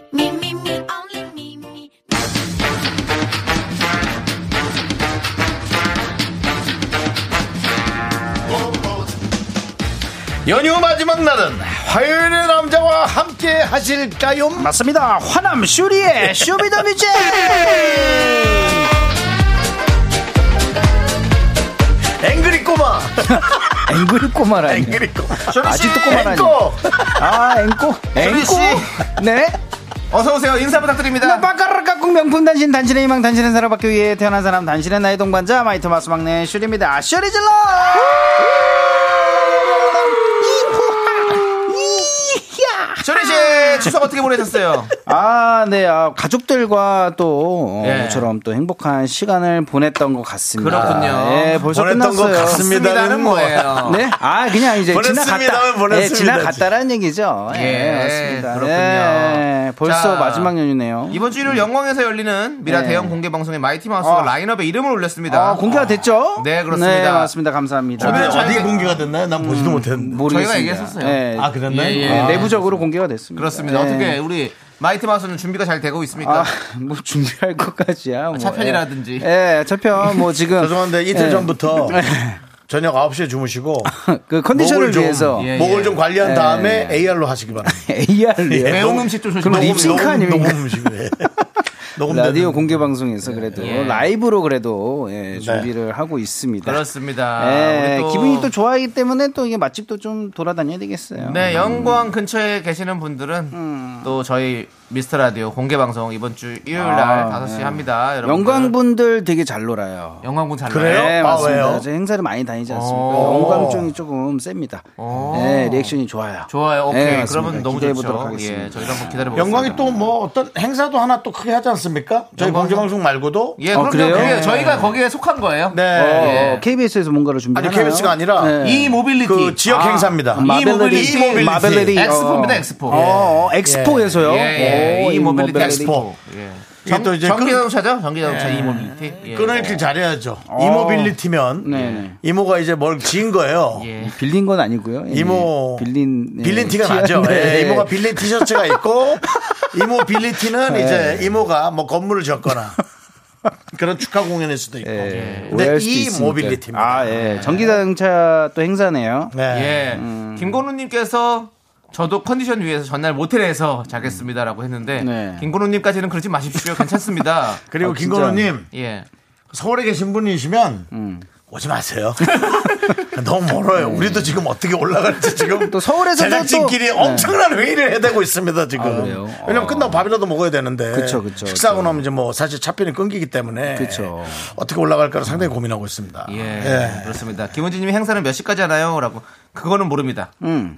Speaker 1: 연휴 마지막 날은 화요일의 남자와 함께 하실까요?
Speaker 9: 맞습니다. 화남 슈리의 쇼미더뮤직.
Speaker 1: 앵그리 꼬마
Speaker 9: [LAUGHS] 앵그리 꼬마라니.
Speaker 1: 앵그리 꼬마
Speaker 9: 아직도 꼬마라니.
Speaker 1: 앵꼬
Speaker 9: 아 앵꼬. 앵꼬. 네.
Speaker 2: 어서오세요. 인사 부탁드립니다.
Speaker 9: 빠까락 깍꿍 명품 단신 단신의 희망 단신의 사람 받기 위해 태어난 사람 단신의 나의 동반자 마이토마스 막내 슈리입니다. 슈리 질러.
Speaker 2: 쇼리씨, 추석 어떻게 보내셨어요?
Speaker 9: 아, 네, 아, 가족들과 또, 어,
Speaker 2: 예.
Speaker 9: 저처럼 또 행복한 시간을 보냈던 것 같습니다.
Speaker 2: 그렇군요.
Speaker 9: 예, 벌써
Speaker 1: 보냈던 것
Speaker 9: 끝났어요.
Speaker 1: 같습니다는 뭐예요?
Speaker 9: 네, 아, 그냥 이제
Speaker 1: 보냈습니다면
Speaker 9: 지나갔다. 예,
Speaker 1: 보냈습니다.
Speaker 9: 지나갔다라는 얘기죠. 예,
Speaker 2: 예,
Speaker 9: 맞습니다.
Speaker 2: 그렇군요.
Speaker 9: 예, 벌써
Speaker 2: 자,
Speaker 9: 마지막 연휴네요.
Speaker 2: 이번 주 일요일 영광에서 열리는 미라
Speaker 9: 네.
Speaker 2: 대형 공개 방송에 마이티 마우스가
Speaker 9: 아.
Speaker 2: 라인업에 이름을 올렸습니다.
Speaker 9: 아, 공개가 됐죠?
Speaker 2: 네, 그렇습니다.
Speaker 9: 네, 맞습니다. 감사합니다.
Speaker 1: 오늘
Speaker 2: 저는
Speaker 1: 어디
Speaker 2: 저에게-
Speaker 1: 공개가 됐나요? 난 보지도 못했는데
Speaker 9: 모르겠습니다.
Speaker 2: 저희가 얘기했었어요.
Speaker 9: 예,
Speaker 1: 음. 아 그랬나요?
Speaker 2: 예, 예.
Speaker 9: 예,
Speaker 1: 아,
Speaker 9: 내부적으로 공개가 됐습니다. [LAUGHS]
Speaker 2: 그렇습니다.
Speaker 9: 예.
Speaker 2: 어떻게 우리 마이티 마우스는 준비가 잘 되고 있습니까?
Speaker 9: 아, 뭐 준비할
Speaker 2: 아,
Speaker 9: 것까지야. 뭐.
Speaker 2: 차편이라든지.
Speaker 1: [LAUGHS]
Speaker 9: 예, 예, 차편 뭐 지금 [LAUGHS]
Speaker 1: 죄송한데 이틀
Speaker 9: 예.
Speaker 1: 전부터 저녁 9시에 주무시고
Speaker 9: 그 컨디션을
Speaker 1: 목을 좀,
Speaker 9: 위해서
Speaker 2: 예,
Speaker 1: 목을
Speaker 2: 예.
Speaker 1: 좀 관리한
Speaker 9: 예,
Speaker 1: 다음에
Speaker 9: 예.
Speaker 1: AR로 하시기 바랍니다.
Speaker 9: [LAUGHS] AR로요.
Speaker 1: 예,
Speaker 2: 매운
Speaker 1: 녹음-
Speaker 2: 음식 좀
Speaker 9: 그러면
Speaker 1: 녹음-
Speaker 9: 립싱크
Speaker 1: 녹음-
Speaker 9: 아닙니까?
Speaker 1: 녹음 음식이네. [LAUGHS] 녹음되는-
Speaker 9: 라디오 공개 방송에서 그래도 라이브로 그래도 예, 준비를 하고 있습니다.
Speaker 1: 아,
Speaker 2: 그렇습니다.
Speaker 9: 예,
Speaker 2: 우리
Speaker 9: 기분이 또 좋아하기 때문에 또 이게 맛집도 좀 돌아다녀야 되겠어요.
Speaker 2: 네, 영광 근처에 계시는 분들은
Speaker 9: 음.
Speaker 2: 또 저희 미스터 라디오 공개 방송 이번 주 일요일 날
Speaker 9: 아,
Speaker 2: 5시
Speaker 9: 네.
Speaker 2: 합니다. 여러분.
Speaker 9: 영광분들 되게 잘 놀아요.
Speaker 2: 영광분 잘
Speaker 1: 그래요?
Speaker 2: 나요?
Speaker 9: 네,
Speaker 1: 아,
Speaker 9: 맞습니다.
Speaker 1: 왜요? 어.
Speaker 9: 저 행사를 많이 다니지 않습니까?
Speaker 2: 오.
Speaker 9: 영광증이 조금 셉니다.
Speaker 2: 오.
Speaker 9: 네, 리액션이 좋아요.
Speaker 2: 좋아요. 오케이.
Speaker 9: 네, 맞습니다.
Speaker 2: 그러면 너무
Speaker 9: 기대해
Speaker 2: 좋죠.
Speaker 9: 보도록 하겠습니다.
Speaker 2: 예, 저희도 한번 기다려 보겠습니다.
Speaker 1: 영광이 또 뭐 어떤 행사도 하나 또 크게 하지 않습니까? 저희
Speaker 2: 영광-
Speaker 1: 공개방송 말고도
Speaker 2: 예,
Speaker 9: 어,
Speaker 2: 그럼요.
Speaker 9: 그래요?
Speaker 2: 그게
Speaker 9: 네.
Speaker 2: 저희가 거기에 속한 거예요.
Speaker 1: 네.
Speaker 9: 어,
Speaker 2: 예.
Speaker 9: KBS에서 뭔가를 준비하나요?
Speaker 1: 아니 KBS가 아니라
Speaker 9: 네.
Speaker 2: 이 모빌리티.
Speaker 1: 그 지역
Speaker 2: 아,
Speaker 1: 행사입니다. 이
Speaker 9: 마벨러리-
Speaker 1: 모빌리티. 예.
Speaker 9: 마벨러리, 어.
Speaker 2: 엑스포입니다, 엑스포.
Speaker 9: 어, 어, 엑스포에서요. 어,
Speaker 2: 예, 예.
Speaker 9: 오,
Speaker 2: 이 모빌리티 엑스포. 예.
Speaker 1: 이게 또 이제 끊- 네.
Speaker 2: 전기자동차죠? 전기자동차 이 모빌리티. 예.
Speaker 1: 끊어읽길 잘해야죠. 이모빌리티면
Speaker 9: 네네.
Speaker 1: 이모가 이제 뭘 지은 거예요.
Speaker 2: 예.
Speaker 9: 빌린 건 아니고요. 예.
Speaker 1: 이모
Speaker 9: 빌린 예,
Speaker 1: 빌린 티가
Speaker 9: 티-
Speaker 1: 나죠.
Speaker 9: [LAUGHS] 네.
Speaker 1: 예, 이모가 빌린 티셔츠가 [LAUGHS] 있고 이모 빌리티는 이제 이모가 뭐 건물을 [LAUGHS] 지었거나 그런 축하 공연일 수도 있고.
Speaker 9: 예.
Speaker 1: 근데
Speaker 9: 오해할 수도
Speaker 1: 이
Speaker 9: 있으니까.
Speaker 1: 모빌리티입니다.
Speaker 9: 아, 예. 전기자동차 또 행사네요.
Speaker 1: 네.
Speaker 2: 예.
Speaker 9: 음.
Speaker 2: 김건우님께서 저도 컨디션 위해서 전날 모텔에서 자겠습니다라고 했는데
Speaker 9: 네.
Speaker 2: 김건우님까지는 그러지 마십시오.
Speaker 9: [LAUGHS]
Speaker 2: 괜찮습니다.
Speaker 1: 그리고
Speaker 9: 아, 진짜.
Speaker 1: 김건우님
Speaker 2: 예.
Speaker 1: 서울에 계신 분이시면
Speaker 9: 음.
Speaker 1: 오지 마세요. [LAUGHS] 너무 멀어요. 우리도 지금 어떻게 올라갈지 지금
Speaker 9: 네. 또 서울에서도
Speaker 1: 제작진끼리
Speaker 9: 또- 네. 아,
Speaker 1: 엄청난 회의를 해대고 있습니다 지금.
Speaker 9: 그래요?
Speaker 1: 왜냐면 끝나고 밥이라도 먹어야 되는데.
Speaker 9: 그쵸, 그쵸,
Speaker 1: 식사하고
Speaker 9: 그쵸.
Speaker 1: 나면 이제 뭐 사실 차편이 끊기기 때문에
Speaker 9: 그쵸.
Speaker 1: 어떻게 올라갈까를 상당히 고민하고 있습니다.
Speaker 2: 예.
Speaker 1: 예.
Speaker 2: 그렇습니다. 김원진님이 행사는 몇 시까지 하나요? 라고. 그거는 모릅니다.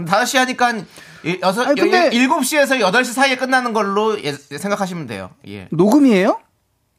Speaker 2: 다섯 시 하니까 일- 여섯,
Speaker 9: 음. 아니, 근데-
Speaker 2: 여- 일곱 시에서 여덟 시 사이에 끝나는 걸로 예- 생각하시면 돼요. 예.
Speaker 9: 녹음이에요?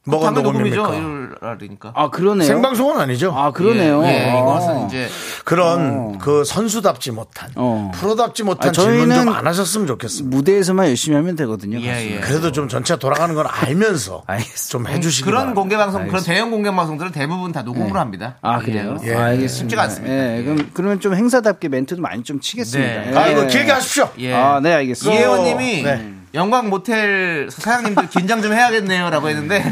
Speaker 1: 뭐가
Speaker 2: 당일 녹음이죠.
Speaker 1: 녹음입니까?
Speaker 2: 일요일 날이니까.
Speaker 9: 아, 그러네요.
Speaker 1: 생방송은 아니죠.
Speaker 9: 아, 그러네요.
Speaker 2: 예, 예,
Speaker 9: 아.
Speaker 2: 이것은 이제
Speaker 1: 그런 그 선수답지 못한
Speaker 9: 어.
Speaker 1: 프로답지 못한
Speaker 9: 아,
Speaker 1: 질문
Speaker 9: 저희는-
Speaker 1: 좀 안 하셨으면 좋겠습니다.
Speaker 9: 무대에서만 열심히 하면 되거든요.
Speaker 2: 예, 예.
Speaker 1: 그래도 좀 전체 돌아가는 걸 알면서
Speaker 9: [LAUGHS] 알겠습니다.
Speaker 1: 좀 해주시기
Speaker 2: 그런
Speaker 1: 바랍니다.
Speaker 2: 공개 방송, 그런 대형 공개 방송들은 대부분 다 녹음으로 합니다.
Speaker 9: 아, 그래요?
Speaker 2: 예,
Speaker 9: 아, 알겠습니다.
Speaker 2: 쉽지가 않습니다.
Speaker 9: 예, 그럼, 그러면 좀 행사답게 멘트도 많이 좀 치겠습니다.
Speaker 2: 네.
Speaker 9: 예.
Speaker 1: 아 이거 길게 하십시오.
Speaker 2: 예.
Speaker 9: 아, 네, 알겠습니다.
Speaker 2: 이혜원님이
Speaker 1: 네.
Speaker 2: 영광 모텔 사장님들 긴장 좀 해야겠네요라고 했는데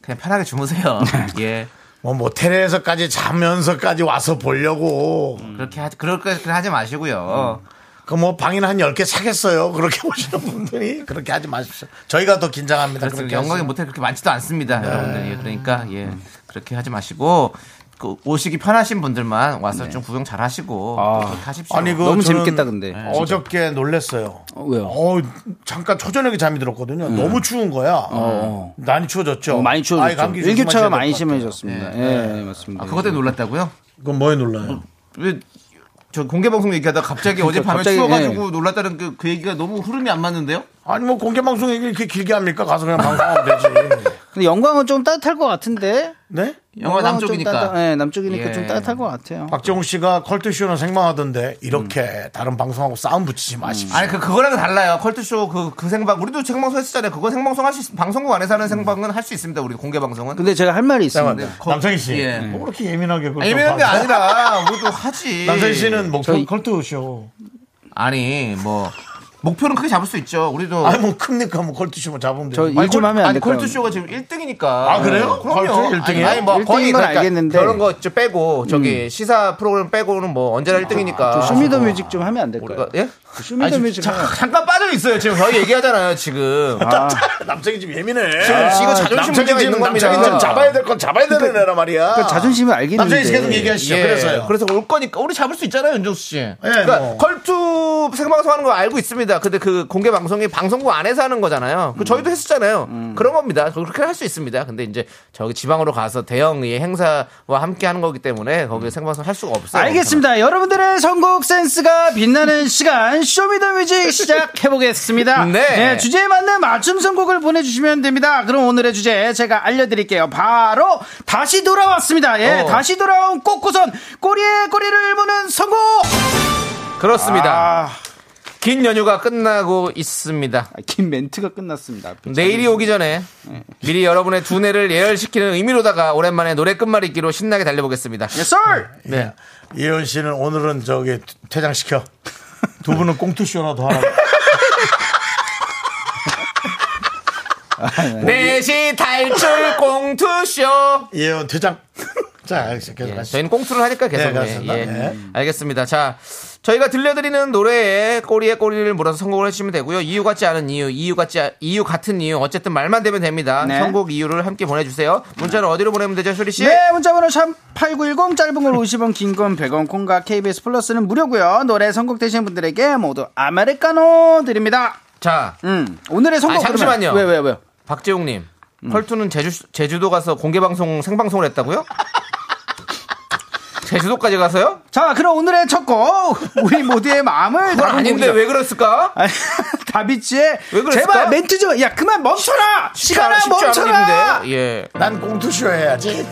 Speaker 2: 그냥 편하게 주무세요. 예.
Speaker 1: 뭐 모텔에서까지 자면서까지 와서 보려고
Speaker 2: 그렇게 하지 그렇게 하지 마시고요.
Speaker 1: 그 뭐 방이나 한 10개 사겠어요. 그렇게 [LAUGHS] 보시는 분들이 그렇게 하지 마십시오. 저희가 더 긴장합니다.
Speaker 2: 그렇습니다.
Speaker 1: 그렇게
Speaker 2: 영광의
Speaker 1: 하세요.
Speaker 2: 모텔 그렇게 많지도 않습니다, 여러분들. 예, 그러니까 예 그렇게 하지 마시고 그 오시기 편하신 분들만 와서 좀 구경 잘 하시고 그렇게 하십시오.
Speaker 1: 아니 그
Speaker 9: 너무
Speaker 1: 저는
Speaker 9: 재밌겠다, 근데. 네,
Speaker 1: 어저께 놀랬어요.
Speaker 9: 어, 왜요?
Speaker 1: 예. 어, 잠깐 초저녁에 잠이 들었거든요. 너무 추운 거야. 많이 추워졌죠.
Speaker 9: 많이
Speaker 1: 아이,
Speaker 9: 추워졌죠.
Speaker 1: 감기 조심하셔야
Speaker 9: 일교차가
Speaker 1: 될것
Speaker 9: 많이
Speaker 1: 같아요.
Speaker 9: 심해졌습니다. 예, 예, 맞습니다.
Speaker 2: 아, 그것 때문에 놀랐다고요?
Speaker 1: 그건 뭐에 놀라요?
Speaker 2: 왜 저 공개 방송 얘기하다 갑자기 어젯밤에
Speaker 9: 그러니까 갑자기, 예.
Speaker 2: 추워가지고 놀랐다는 그, 그 얘기가 너무 흐름이 안 맞는데요?
Speaker 1: 아니 뭐 공개 방송 얘기 이렇게 길게 합니까? 가서 그냥 방송하면 되지.
Speaker 9: 근데 영광은 좀 따뜻할 것 같은데?
Speaker 1: 네?
Speaker 2: 영화
Speaker 9: 영광은 좀
Speaker 2: 남쪽이니까.
Speaker 9: 따뜻- 예, 남쪽이니까
Speaker 2: 예.
Speaker 9: 좀 따뜻할 것 같아요.
Speaker 1: 박정우 씨가 컬트쇼는 생방하던데 이렇게 다른 방송하고 싸움 붙이지 마십시오.
Speaker 2: 아니 그 그거랑은 달라요. 컬투쇼 그, 그 생방 우리도 생방송 했었잖아요. 그거 생방송 할 수 있, 방송국 안에서 하는 생방은 할 수 있습니다. 우리 공개 방송은.
Speaker 9: 근데 제가 할 말이 있습니다.
Speaker 1: 잠깐만, 남창희 씨.
Speaker 2: 예.
Speaker 1: 뭐 그렇게 예민하게 그걸
Speaker 2: 아니, 예민한 게
Speaker 1: 좀 봐.
Speaker 2: 아니라 우리도 하지.
Speaker 1: 남창희 씨는 목표
Speaker 9: 저희-
Speaker 1: 컬트쇼.
Speaker 2: 아니 뭐 목표는 크게 잡을 수 있죠. 우리도
Speaker 1: 아니 뭐 큽니까? 뭐 컬트쇼만 잡으면
Speaker 9: 저
Speaker 1: 되지.
Speaker 9: 일 좀 하면 안
Speaker 2: 아니
Speaker 9: 될까요?
Speaker 2: 컬투쇼가 지금 1등이니까. 음,
Speaker 1: 아, 그래요?
Speaker 2: 그럼요.
Speaker 1: 컬투
Speaker 2: 아니,
Speaker 1: 1등이에요?
Speaker 2: 아니 뭐 거의
Speaker 9: 1등인 건
Speaker 2: 그러니까
Speaker 9: 알겠는데.
Speaker 2: 그런 거 이제 빼고 저기 시사 프로그램 빼고는 뭐 언제나 1등이니까.
Speaker 9: 저 쇼미더뮤직 아, 좀 하면 안
Speaker 1: 아,
Speaker 9: 될까요?
Speaker 2: 우리가 예?
Speaker 9: 쇼미더뮤직 하면
Speaker 2: 잠깐 빠져 있어요. 지금 저희 얘기하잖아요. 지금.
Speaker 1: 남창희 좀 예민해.
Speaker 2: 이거 자존심
Speaker 1: 네. 아, 남창희
Speaker 2: 문제가
Speaker 1: 지금
Speaker 2: 있는 겁니다.
Speaker 1: 남창희 좀 잡아야 될 건 잡아야 되는 애라 말이야.
Speaker 9: 그러니까 자존심은 알겠는데.
Speaker 1: 남창희 씨 계속 얘기하시죠.
Speaker 2: 예,
Speaker 1: 그래서요.
Speaker 2: 그래서 올 거니까 우리 잡을 수 있잖아요, 윤정수 씨. 그러니까
Speaker 1: 뭐.
Speaker 2: 컬투 생방송 하는 거 알고 있습니다. 근데 그 공개 방송이 방송국 안에서 하는 거잖아요. 그
Speaker 9: 음.
Speaker 2: 저희도 했었잖아요. 그런 겁니다. 그렇게 할 수 있습니다. 근데 이제 저기 지방으로 가서 대형 이 행사와 함께 하는 거기 때문에
Speaker 9: 음.
Speaker 2: 거기 생방송 할 수가 없어요. 음.
Speaker 9: 알겠습니다. 여러분들의 선곡 센스가 빛나는 시간 쇼미더뮤직 시작해 보겠습니다.
Speaker 2: [LAUGHS] 네.
Speaker 9: 주제에 맞는 맞춤 선곡을 보내주시면 됩니다. 그럼 오늘의 주제 제가 알려드릴게요. 바로 다시 돌아왔습니다. 예,
Speaker 2: 어.
Speaker 9: 다시 돌아온 꽃구선 꼬리에 꼬리를 무는 선곡.
Speaker 2: 그렇습니다.
Speaker 9: 아,
Speaker 2: 긴 연휴가 끝나고 있습니다.
Speaker 9: 긴 멘트가 끝났습니다. 그 네.
Speaker 2: 내일이 오기 전에 미리 여러분의 두뇌를 예열시키는 의미로다가 오랜만에 노래 끝말잇기로 신나게 달려보겠습니다.
Speaker 9: 예썰.
Speaker 1: 네. 예원 씨는 오늘은 저기 퇴장시켜. [LAUGHS] 두 분은 꽁투쇼라도 하라고.
Speaker 2: 넷시 탈출 공투쇼.
Speaker 9: [LAUGHS] 네,
Speaker 1: 예원 퇴장. 자, 알겠어요. 계속
Speaker 2: 예,
Speaker 1: 하시죠.
Speaker 2: 저희는 꽁투를 하니까 계속.
Speaker 1: 네,
Speaker 2: 네,
Speaker 1: 그렇습니다.
Speaker 2: 예.
Speaker 1: 네.
Speaker 2: 알겠습니다. 자, 저희가 들려드리는 노래에 꼬리에 꼬리를 물어서 선곡을 해주시면 되고요. 이유 같지 않은 이유, 이유 같지, 않- 이유 같은 이유, 어쨌든 말만 되면 됩니다.
Speaker 9: 네.
Speaker 2: 선곡 이유를 함께 보내주세요. 문자는 어디로 보내면 되죠, 쇼리 씨?
Speaker 9: 네, 문자번호 샵8910 짧은 걸 50원, 긴 건 100원, 콩과 KBS 플러스는 무료고요. 노래 선곡되신 분들에게 모두 아메리카노 드립니다.
Speaker 2: 자,
Speaker 9: 음, 오늘의 선곡
Speaker 2: 아, 잠시만요.
Speaker 9: 그러면- 왜, 왜, 왜?
Speaker 2: 박재용님. 컬투는 제주, 제주도 가서 공개방송, 생방송을 했다고요? [LAUGHS] 제주도까지 가서요?
Speaker 9: 자, 그럼 오늘의 첫 곡 우리 모두의 마음을
Speaker 2: 그건
Speaker 9: 담은
Speaker 2: 아닌데
Speaker 9: 곡이죠.
Speaker 2: 왜 그랬을까?
Speaker 9: 아니, [LAUGHS] 다비치의
Speaker 2: 왜 그랬을까?
Speaker 9: 제발 멘트 좀, 야, 그만 멈춰라! 시간아,
Speaker 2: 쉽지 않은
Speaker 9: 멈춰라!
Speaker 2: 일인데. 예.
Speaker 1: 난 꽁투쇼 해야지.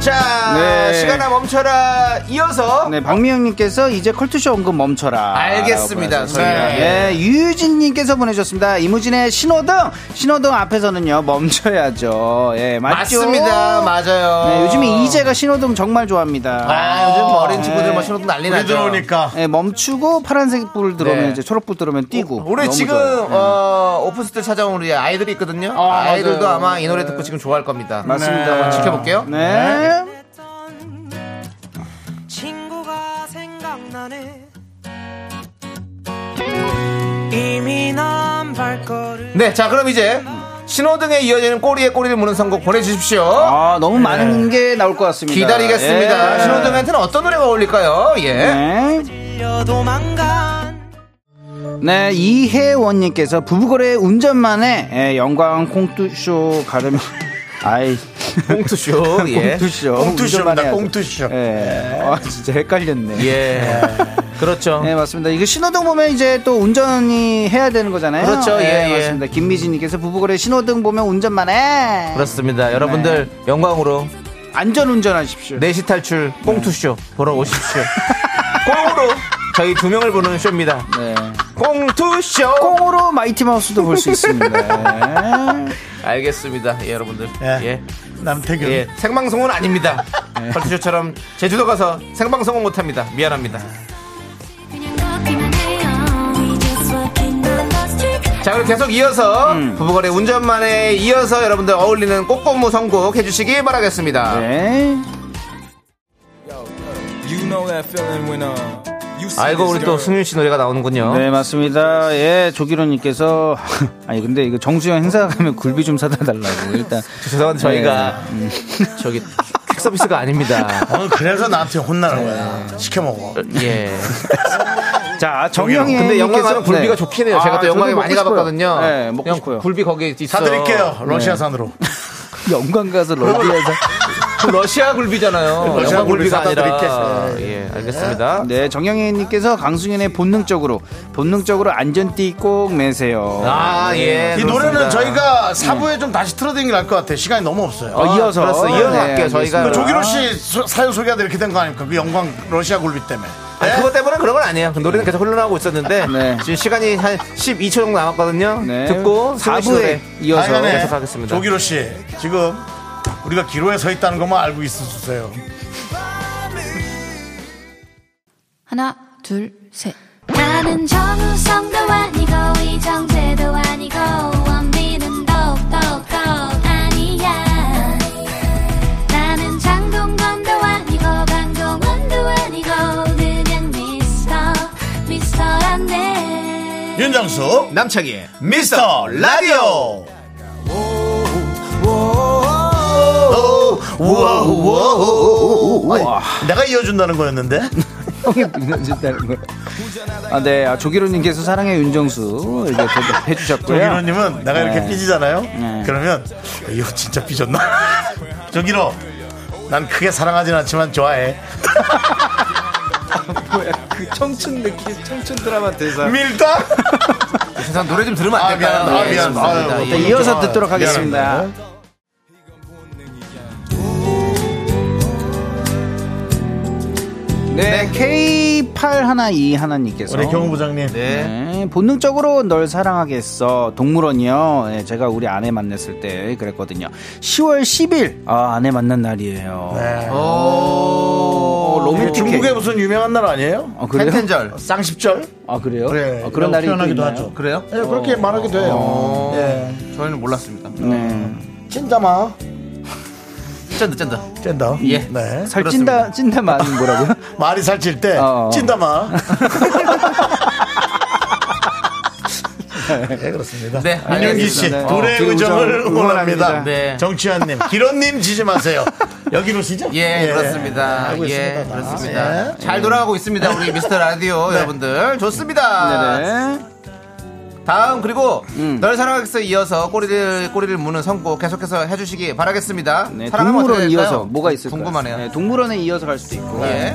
Speaker 2: 자,
Speaker 9: 네.
Speaker 2: 시간아 멈춰라. 이어서
Speaker 9: 네, 박미영님께서 이제 컬투쇼 언급 멈춰라.
Speaker 2: 알겠습니다, 네.
Speaker 9: 라고
Speaker 2: 아, 저희가.
Speaker 9: 보내주셨습니다. 예, 유유진님께서 보내주셨습니다. 이무진의 신호등, 신호등 앞에서는요, 멈춰야죠. 예, 맞죠?
Speaker 2: 맞습니다. 맞아요.
Speaker 9: 네, 요즘에 이재가 신호등 정말 좋아합니다.
Speaker 2: 아, 요즘 뭐 어린
Speaker 9: 네.
Speaker 2: 친구들 뭐 신호등 난리
Speaker 1: 우리
Speaker 2: 나죠.
Speaker 1: 들어오니까.
Speaker 9: 네, 멈추고 파란색 불 들어오면
Speaker 2: 네.
Speaker 9: 이제 초록불 들어오면 뛰고.
Speaker 2: 우리
Speaker 9: 너무
Speaker 2: 지금
Speaker 9: 좋아요. 네.
Speaker 2: 어, 오픈스텔 찾아온 우리 아이들이 있거든요.
Speaker 9: 아,
Speaker 2: 아, 이들도
Speaker 9: 맞아요.
Speaker 2: 아마 이 노래 듣고 지금 좋아할 겁니다.
Speaker 9: 맞습니다.
Speaker 2: 한번 지켜볼게요.
Speaker 9: 네.
Speaker 8: 친구가 생각나네 이미 난 발걸음
Speaker 2: 네, 자 그럼 이제 신호등에 이어지는 꼬리에 꼬리를 무는 선곡 보내주십시오.
Speaker 9: 아, 너무 많은 게 나올 것 같습니다.
Speaker 2: 네. 기다리겠습니다.
Speaker 9: 예.
Speaker 2: 신호등한테는 어떤 노래가 어울릴까요? 예.
Speaker 9: 네.
Speaker 8: 려 도망간
Speaker 9: 네, 이혜원님께서 부부거래 운전만에 예, 영광 콩투쇼 가려면 [LAUGHS] 아이
Speaker 2: 꽁투쇼. 예.
Speaker 9: 콩투쇼
Speaker 1: 꽁투쇼입니다,
Speaker 9: 운전만 해야죠.
Speaker 1: 꽁투쇼.
Speaker 9: 예, 아, 진짜 헷갈렸네.
Speaker 2: 예. 그렇죠.
Speaker 9: 네 맞습니다. 이거 신호등 보면 이제 또 운전이 해야 되는 거잖아요.
Speaker 2: 그렇죠. 예, 예.
Speaker 9: 맞습니다. 김미진님께서 부부거래 신호등 보면 운전만 해.
Speaker 2: 그렇습니다. 여러분들 영광으로 네
Speaker 9: 안전 운전하십시오.
Speaker 2: 내시 탈출 꽁투쇼 보러 오십시오. 꽁으로 저희 두 명을 보는 쇼입니다.
Speaker 9: 네.
Speaker 2: 꽁투쇼.
Speaker 9: 콩으로 마이티 마우스도 볼 수 있습니다. [LAUGHS] 네.
Speaker 2: 알겠습니다. 예, 여러분들.
Speaker 1: 예.
Speaker 2: 예.
Speaker 1: 남태균.
Speaker 2: 예. 생방송은 아닙니다. 컬투쇼처럼 제주도 가서 생방송은 못 합니다. 미안합니다.
Speaker 6: 그냥 걷기만 해요. We just walking down the street.
Speaker 2: 자, 그럼 계속 이어서
Speaker 9: 음.
Speaker 2: 부부거래 운전만에 이어서 여러분들 어울리는 꽃고무 선곡 해 주시기 바라겠습니다.
Speaker 9: 네.
Speaker 2: 아이고 우리 또 승윤 씨 노래가 나오는군요.
Speaker 9: 네 맞습니다. 예 조기로님께서 [LAUGHS] 아니 근데 이거 정수영 행사 가면 굴비 좀 사다 달라고 일단
Speaker 2: 죄송한데 저희가
Speaker 9: 네. 음.
Speaker 2: [LAUGHS] 저기 퀵 서비스가 아닙니다.
Speaker 1: 어, 그래서 나한테 혼나는 거야. 시켜 먹어.
Speaker 2: 예. 음,
Speaker 9: 자 정영이
Speaker 2: 근데 영광하는
Speaker 9: 님께서-
Speaker 2: 굴비가
Speaker 9: 네.
Speaker 2: 좋긴 해요. 제가
Speaker 9: 아,
Speaker 2: 또 영광에
Speaker 9: 저도
Speaker 2: 많이
Speaker 9: 먹고
Speaker 2: 가봤거든요.
Speaker 9: 싶어요. 네 먹고
Speaker 2: 그냥
Speaker 9: 싶어요.
Speaker 2: 굴비 거기 있어요.
Speaker 1: 사드릴게요. 러시아산으로.
Speaker 9: 영광 가서 러비에서
Speaker 2: 그 러시아 굴비잖아요.
Speaker 1: 러시아
Speaker 2: 영광
Speaker 1: 굴비
Speaker 2: 굴비가
Speaker 1: 사다
Speaker 2: 아니라.
Speaker 1: 드릴게요.
Speaker 2: 예, 알겠습니다.
Speaker 9: [LAUGHS] 네 정영희님께서 강승연의 본능적으로 본능적으로 안전띠 꼭 매세요.
Speaker 2: 아, 예.
Speaker 1: 이 노래는 저희가 사부에 좀 다시 틀어드린 게 나을 것 같아요. 시간이 너무 없어요.
Speaker 9: 어, 이어서
Speaker 2: 그렇습니다. 이어서 할게요,
Speaker 9: 예, 알겠습니다.
Speaker 2: 저희가.
Speaker 1: 그 조기로 씨 소- 사연 소개가 이렇게 된 거 아닙니까? 그 영광 러시아 굴비 때문에.
Speaker 2: 아니, 그것 때문에 그런 건 아니에요. 그 노래는 계속 흘러나오고 있었는데
Speaker 9: 네.
Speaker 2: 지금 시간이 한 12초 정도 남았거든요.
Speaker 9: 네.
Speaker 2: 듣고 승민 씨 노래
Speaker 9: 4부에 이어서
Speaker 1: 하여간에
Speaker 2: 계속 하겠습니다.
Speaker 1: 조기로 씨 지금 우리가 기로에 서 있다는 것만 알고 있으세요.
Speaker 10: 하나, 둘, 셋.
Speaker 3: 나는 정우성도 아니고 이정재도 아니고 원빈은 더욱더 아니야 나는 장동건도 아니고 강동원도 아니고 그냥 미스터 미스터란데
Speaker 1: 윤정수
Speaker 2: 남창희의
Speaker 1: 미스터 라디오. 아니, 내가 이어준다는 거였는데
Speaker 9: [LAUGHS] 형이 믿어준다는 거. 아네 아, 조기로님께서 사랑해 윤정수 이렇게 해주셨고요.
Speaker 1: 조기로님은 내가 이렇게 삐지잖아요.
Speaker 9: 네.
Speaker 1: 그러면 이거 진짜 삐졌나? [LAUGHS] 조기로 난 크게 사랑하진 않지만
Speaker 9: [LAUGHS]
Speaker 1: 좋아해.
Speaker 9: 그 청춘 느낌 청춘 드라마 대사.
Speaker 1: 밀당?
Speaker 2: 세상 노래 좀 들으면
Speaker 1: 아
Speaker 2: 안 될까요?
Speaker 1: 미안, 아 미안.
Speaker 2: 알겠습니다.
Speaker 1: 아유,
Speaker 2: 예.
Speaker 1: 뭐,
Speaker 9: 네, 이어서
Speaker 1: 아,
Speaker 9: 듣도록 하겠습니다.
Speaker 1: 미안합니다.
Speaker 9: 네, K812 하나님께서
Speaker 1: 우리 경호 부장님.
Speaker 2: 네.
Speaker 9: 네, 본능적으로 널 사랑하겠어 동물원이요. 네, 제가 우리 아내 만났을 때 그랬거든요. 10월 10일 아, 아내 만난 날이에요.
Speaker 1: 네.
Speaker 2: 어, 오,
Speaker 9: 로맨틱해.
Speaker 1: 어, 뭐 중국의 무슨 유명한 날 아니에요?
Speaker 9: 아 그래요?
Speaker 2: 텐텐절.
Speaker 1: 쌍십절?
Speaker 9: 아 그래요?
Speaker 1: 그래,
Speaker 9: 아, 그런 날이 또
Speaker 1: 표현하기도
Speaker 9: 있나요?
Speaker 1: 하죠.
Speaker 2: 그래요?
Speaker 1: 예, 그렇게 말하기도
Speaker 2: 어.
Speaker 1: 해요. 예.
Speaker 2: 저희는 몰랐습니다.
Speaker 9: 네.
Speaker 1: 진짜마.
Speaker 2: 쩐다 쩐다
Speaker 1: 쩐다
Speaker 2: 예.
Speaker 1: 네.
Speaker 9: 살찐다 찐다만 뭐라고요?
Speaker 1: 말이 살찔 때
Speaker 9: 어.
Speaker 1: 찐다마 네 그렇습니다
Speaker 2: 네,
Speaker 1: 민영기 씨 둘의
Speaker 9: 알겠습니다. 어, 둘의
Speaker 1: 의정을
Speaker 9: 의정
Speaker 1: 응원합니다,
Speaker 9: 응원합니다.
Speaker 2: 네.
Speaker 1: 정치환님 기런님 지지 마세요 여기로 시죠
Speaker 2: 예, 그렇습니다.
Speaker 1: 알고
Speaker 2: 예,
Speaker 1: 있습니다, 다.
Speaker 2: 그렇습니다.
Speaker 1: 예.
Speaker 2: 잘 돌아가고 있습니다. 우리 미스터 라디오 여러분들. 좋습니다.
Speaker 9: 네네.
Speaker 2: 다음, 그리고
Speaker 9: 음.
Speaker 2: 널 사랑하겠어 이어서 꼬리를, 꼬리를 무는 선곡 계속해서 해주시기 바라겠습니다.
Speaker 9: 네,
Speaker 2: 사랑하면 어떻게
Speaker 9: 동물원
Speaker 2: 될까요?
Speaker 9: 이어서 뭐가 있을까요?
Speaker 2: 궁금하네요.
Speaker 9: 네, 동물원에 이어서 갈 수도 있고.
Speaker 2: 예.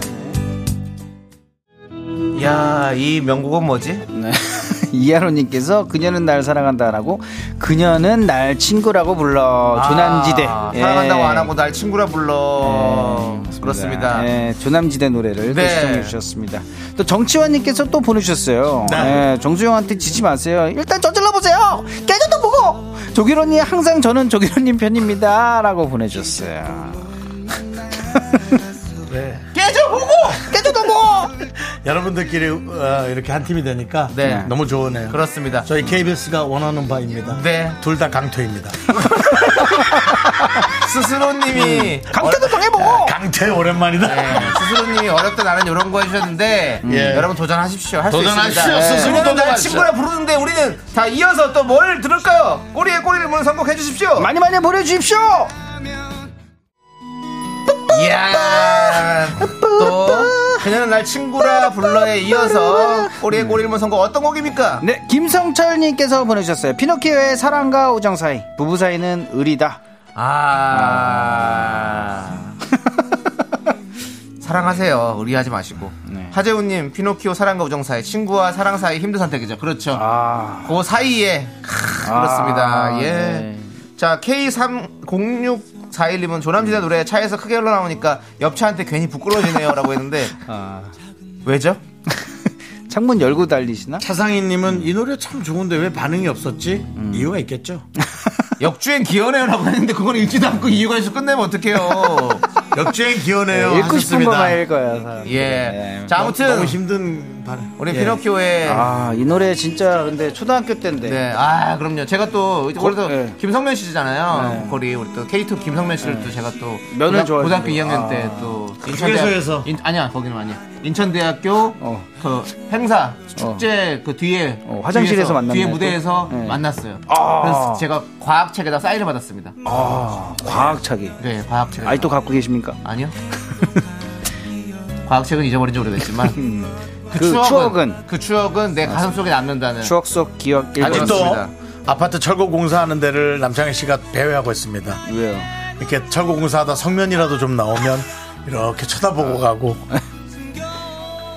Speaker 2: 야, 이 명곡은 뭐지?
Speaker 9: 네. [LAUGHS] 이하로님께서 그녀는 날 사랑한다라고 그녀는 날 친구라고 불러 뭐 조남지대
Speaker 2: 아,
Speaker 9: 예. 네,
Speaker 2: 사랑한다고 안 하고 날 친구라 불러. 그렇습니다.
Speaker 9: 예, 조남지대 노래를 또
Speaker 2: 네.
Speaker 9: 시청해 주셨습니다. 또 정치환님께서 또 보내주셨어요.
Speaker 2: 네.
Speaker 9: 예, 정수영한테 지지 마세요. 일단 저질러 보세요. 깨져도 보고. 조기로님 항상 저는 조기로님
Speaker 2: [LAUGHS]
Speaker 9: 편입니다라고 보내주셨어요.
Speaker 2: 네.
Speaker 9: 깨져도 뭐. 보고.
Speaker 1: 여러분들끼리 어, 이렇게 한 팀이 되니까
Speaker 2: 네.
Speaker 1: 너무 좋으네요
Speaker 2: 그렇습니다.
Speaker 1: 저희 KBS가 원하는 바입니다
Speaker 2: 네.
Speaker 1: 둘 다 강퇴입니다
Speaker 9: 음.
Speaker 2: 스스로님이.
Speaker 9: 강태도 당해보고.
Speaker 1: 강퇴 오랜만이다
Speaker 2: 네, 스스로님이 어렵다 나는 이런 거 해주셨는데
Speaker 1: 예.
Speaker 2: 여러분 도전하십시오 할 수
Speaker 1: 도전하십시오.
Speaker 2: 있습니다
Speaker 1: 스스로
Speaker 2: 우리는 날
Speaker 1: 도전하십시오.
Speaker 2: 친구라 부르는데 우리는 다 이어서 또 뭘 들을까요 꼬리에 꼬리를 무는 선곡 해주십시오
Speaker 9: 많이 많이 보내주십시오.
Speaker 2: 이야 또 그녀는 날 친구라 불러에 이어서 꼬리에 꼬리를 무는 선곡 어떤 곡입니까
Speaker 9: 네, 김성철님께서 보내주셨어요. 피노키오의 사랑과 우정 사이, 부부 사이는 의리다.
Speaker 1: [LAUGHS]
Speaker 2: 아 사랑하세요. 의리하지 마시고.
Speaker 1: 네.
Speaker 2: 하재훈님, 피노키오 사랑과 우정 사이, 친구와 사랑 사이 힘든 선택이죠. 그렇죠.
Speaker 9: 아,
Speaker 2: 그 사이에 크, 그렇습니다.
Speaker 9: 아,
Speaker 2: 예.
Speaker 9: 네.
Speaker 2: 자 K306411님은 조남지대 노래 차에서 크게 흘러나오니까 옆차한테 괜히 부끄러워지네요라고 했는데
Speaker 9: [LAUGHS] 아.
Speaker 2: 왜죠?
Speaker 9: 창문 열고 달리시나?
Speaker 1: 차상희님은 이 노래 참 좋은데 왜 반응이 없었지? 이유가 있겠죠.
Speaker 2: 역주행 기어네요라고 했는데 그건 읽지도 않고 이유가 있어 끝내면
Speaker 9: [LAUGHS]
Speaker 2: 어떡해요?
Speaker 1: 역주행 기어네요.
Speaker 9: 읽고 싶은
Speaker 1: 하셨습니다.
Speaker 9: 것만 읽어요. 사람.
Speaker 2: 예.
Speaker 9: 네.
Speaker 2: 자 아무튼
Speaker 1: 너무 힘든 반응.
Speaker 2: 우리
Speaker 1: 예.
Speaker 2: 피노키오의
Speaker 9: 아, 이 노래 진짜 근데 초등학교 때인데.
Speaker 2: 네, 아, 그럼요. 제가 또, 우리 또,
Speaker 9: 네.
Speaker 2: 김성면 씨잖아요. 거리, 우리 또, K2 김성면 씨를 또 제가 또,
Speaker 9: 면을
Speaker 2: 고등-
Speaker 9: 좋아해서
Speaker 2: 고등학교
Speaker 9: 그래요.
Speaker 2: 2학년
Speaker 9: 아.
Speaker 2: 때 또,
Speaker 1: 휴게소에서.
Speaker 2: 인- 아니야, 거기는 아니야. 인천대학교,
Speaker 9: 어.
Speaker 2: 그, 행사, 축제, 그 뒤에,
Speaker 9: 어, 화장실에서
Speaker 2: 뒤에서,
Speaker 9: 만났나요,
Speaker 2: 뒤에
Speaker 9: 또?
Speaker 2: 무대에서
Speaker 9: 네.
Speaker 2: 만났어요. 그래서 제가 과학책에다 사인을 받았습니다.
Speaker 9: 과학차기.
Speaker 2: 네, 과학책에다.
Speaker 9: 아직도 갖고 계십니까?
Speaker 2: 아니요. [LAUGHS] 과학책은 잊어버린 지 오래됐지만, 그,
Speaker 9: 그 추억은?
Speaker 2: 그 추억은 내 가슴 속에 남는다는.
Speaker 9: 추억 속 기억
Speaker 2: 아니,
Speaker 9: 일번
Speaker 1: 또
Speaker 2: 그렇습니다.
Speaker 1: 아파트 철거 공사하는 데를 남창희 씨가 배회하고 있습니다.
Speaker 9: 왜요?
Speaker 1: 이렇게 철거 공사하다 성면이라도 좀 나오면 이렇게 쳐다보고 가고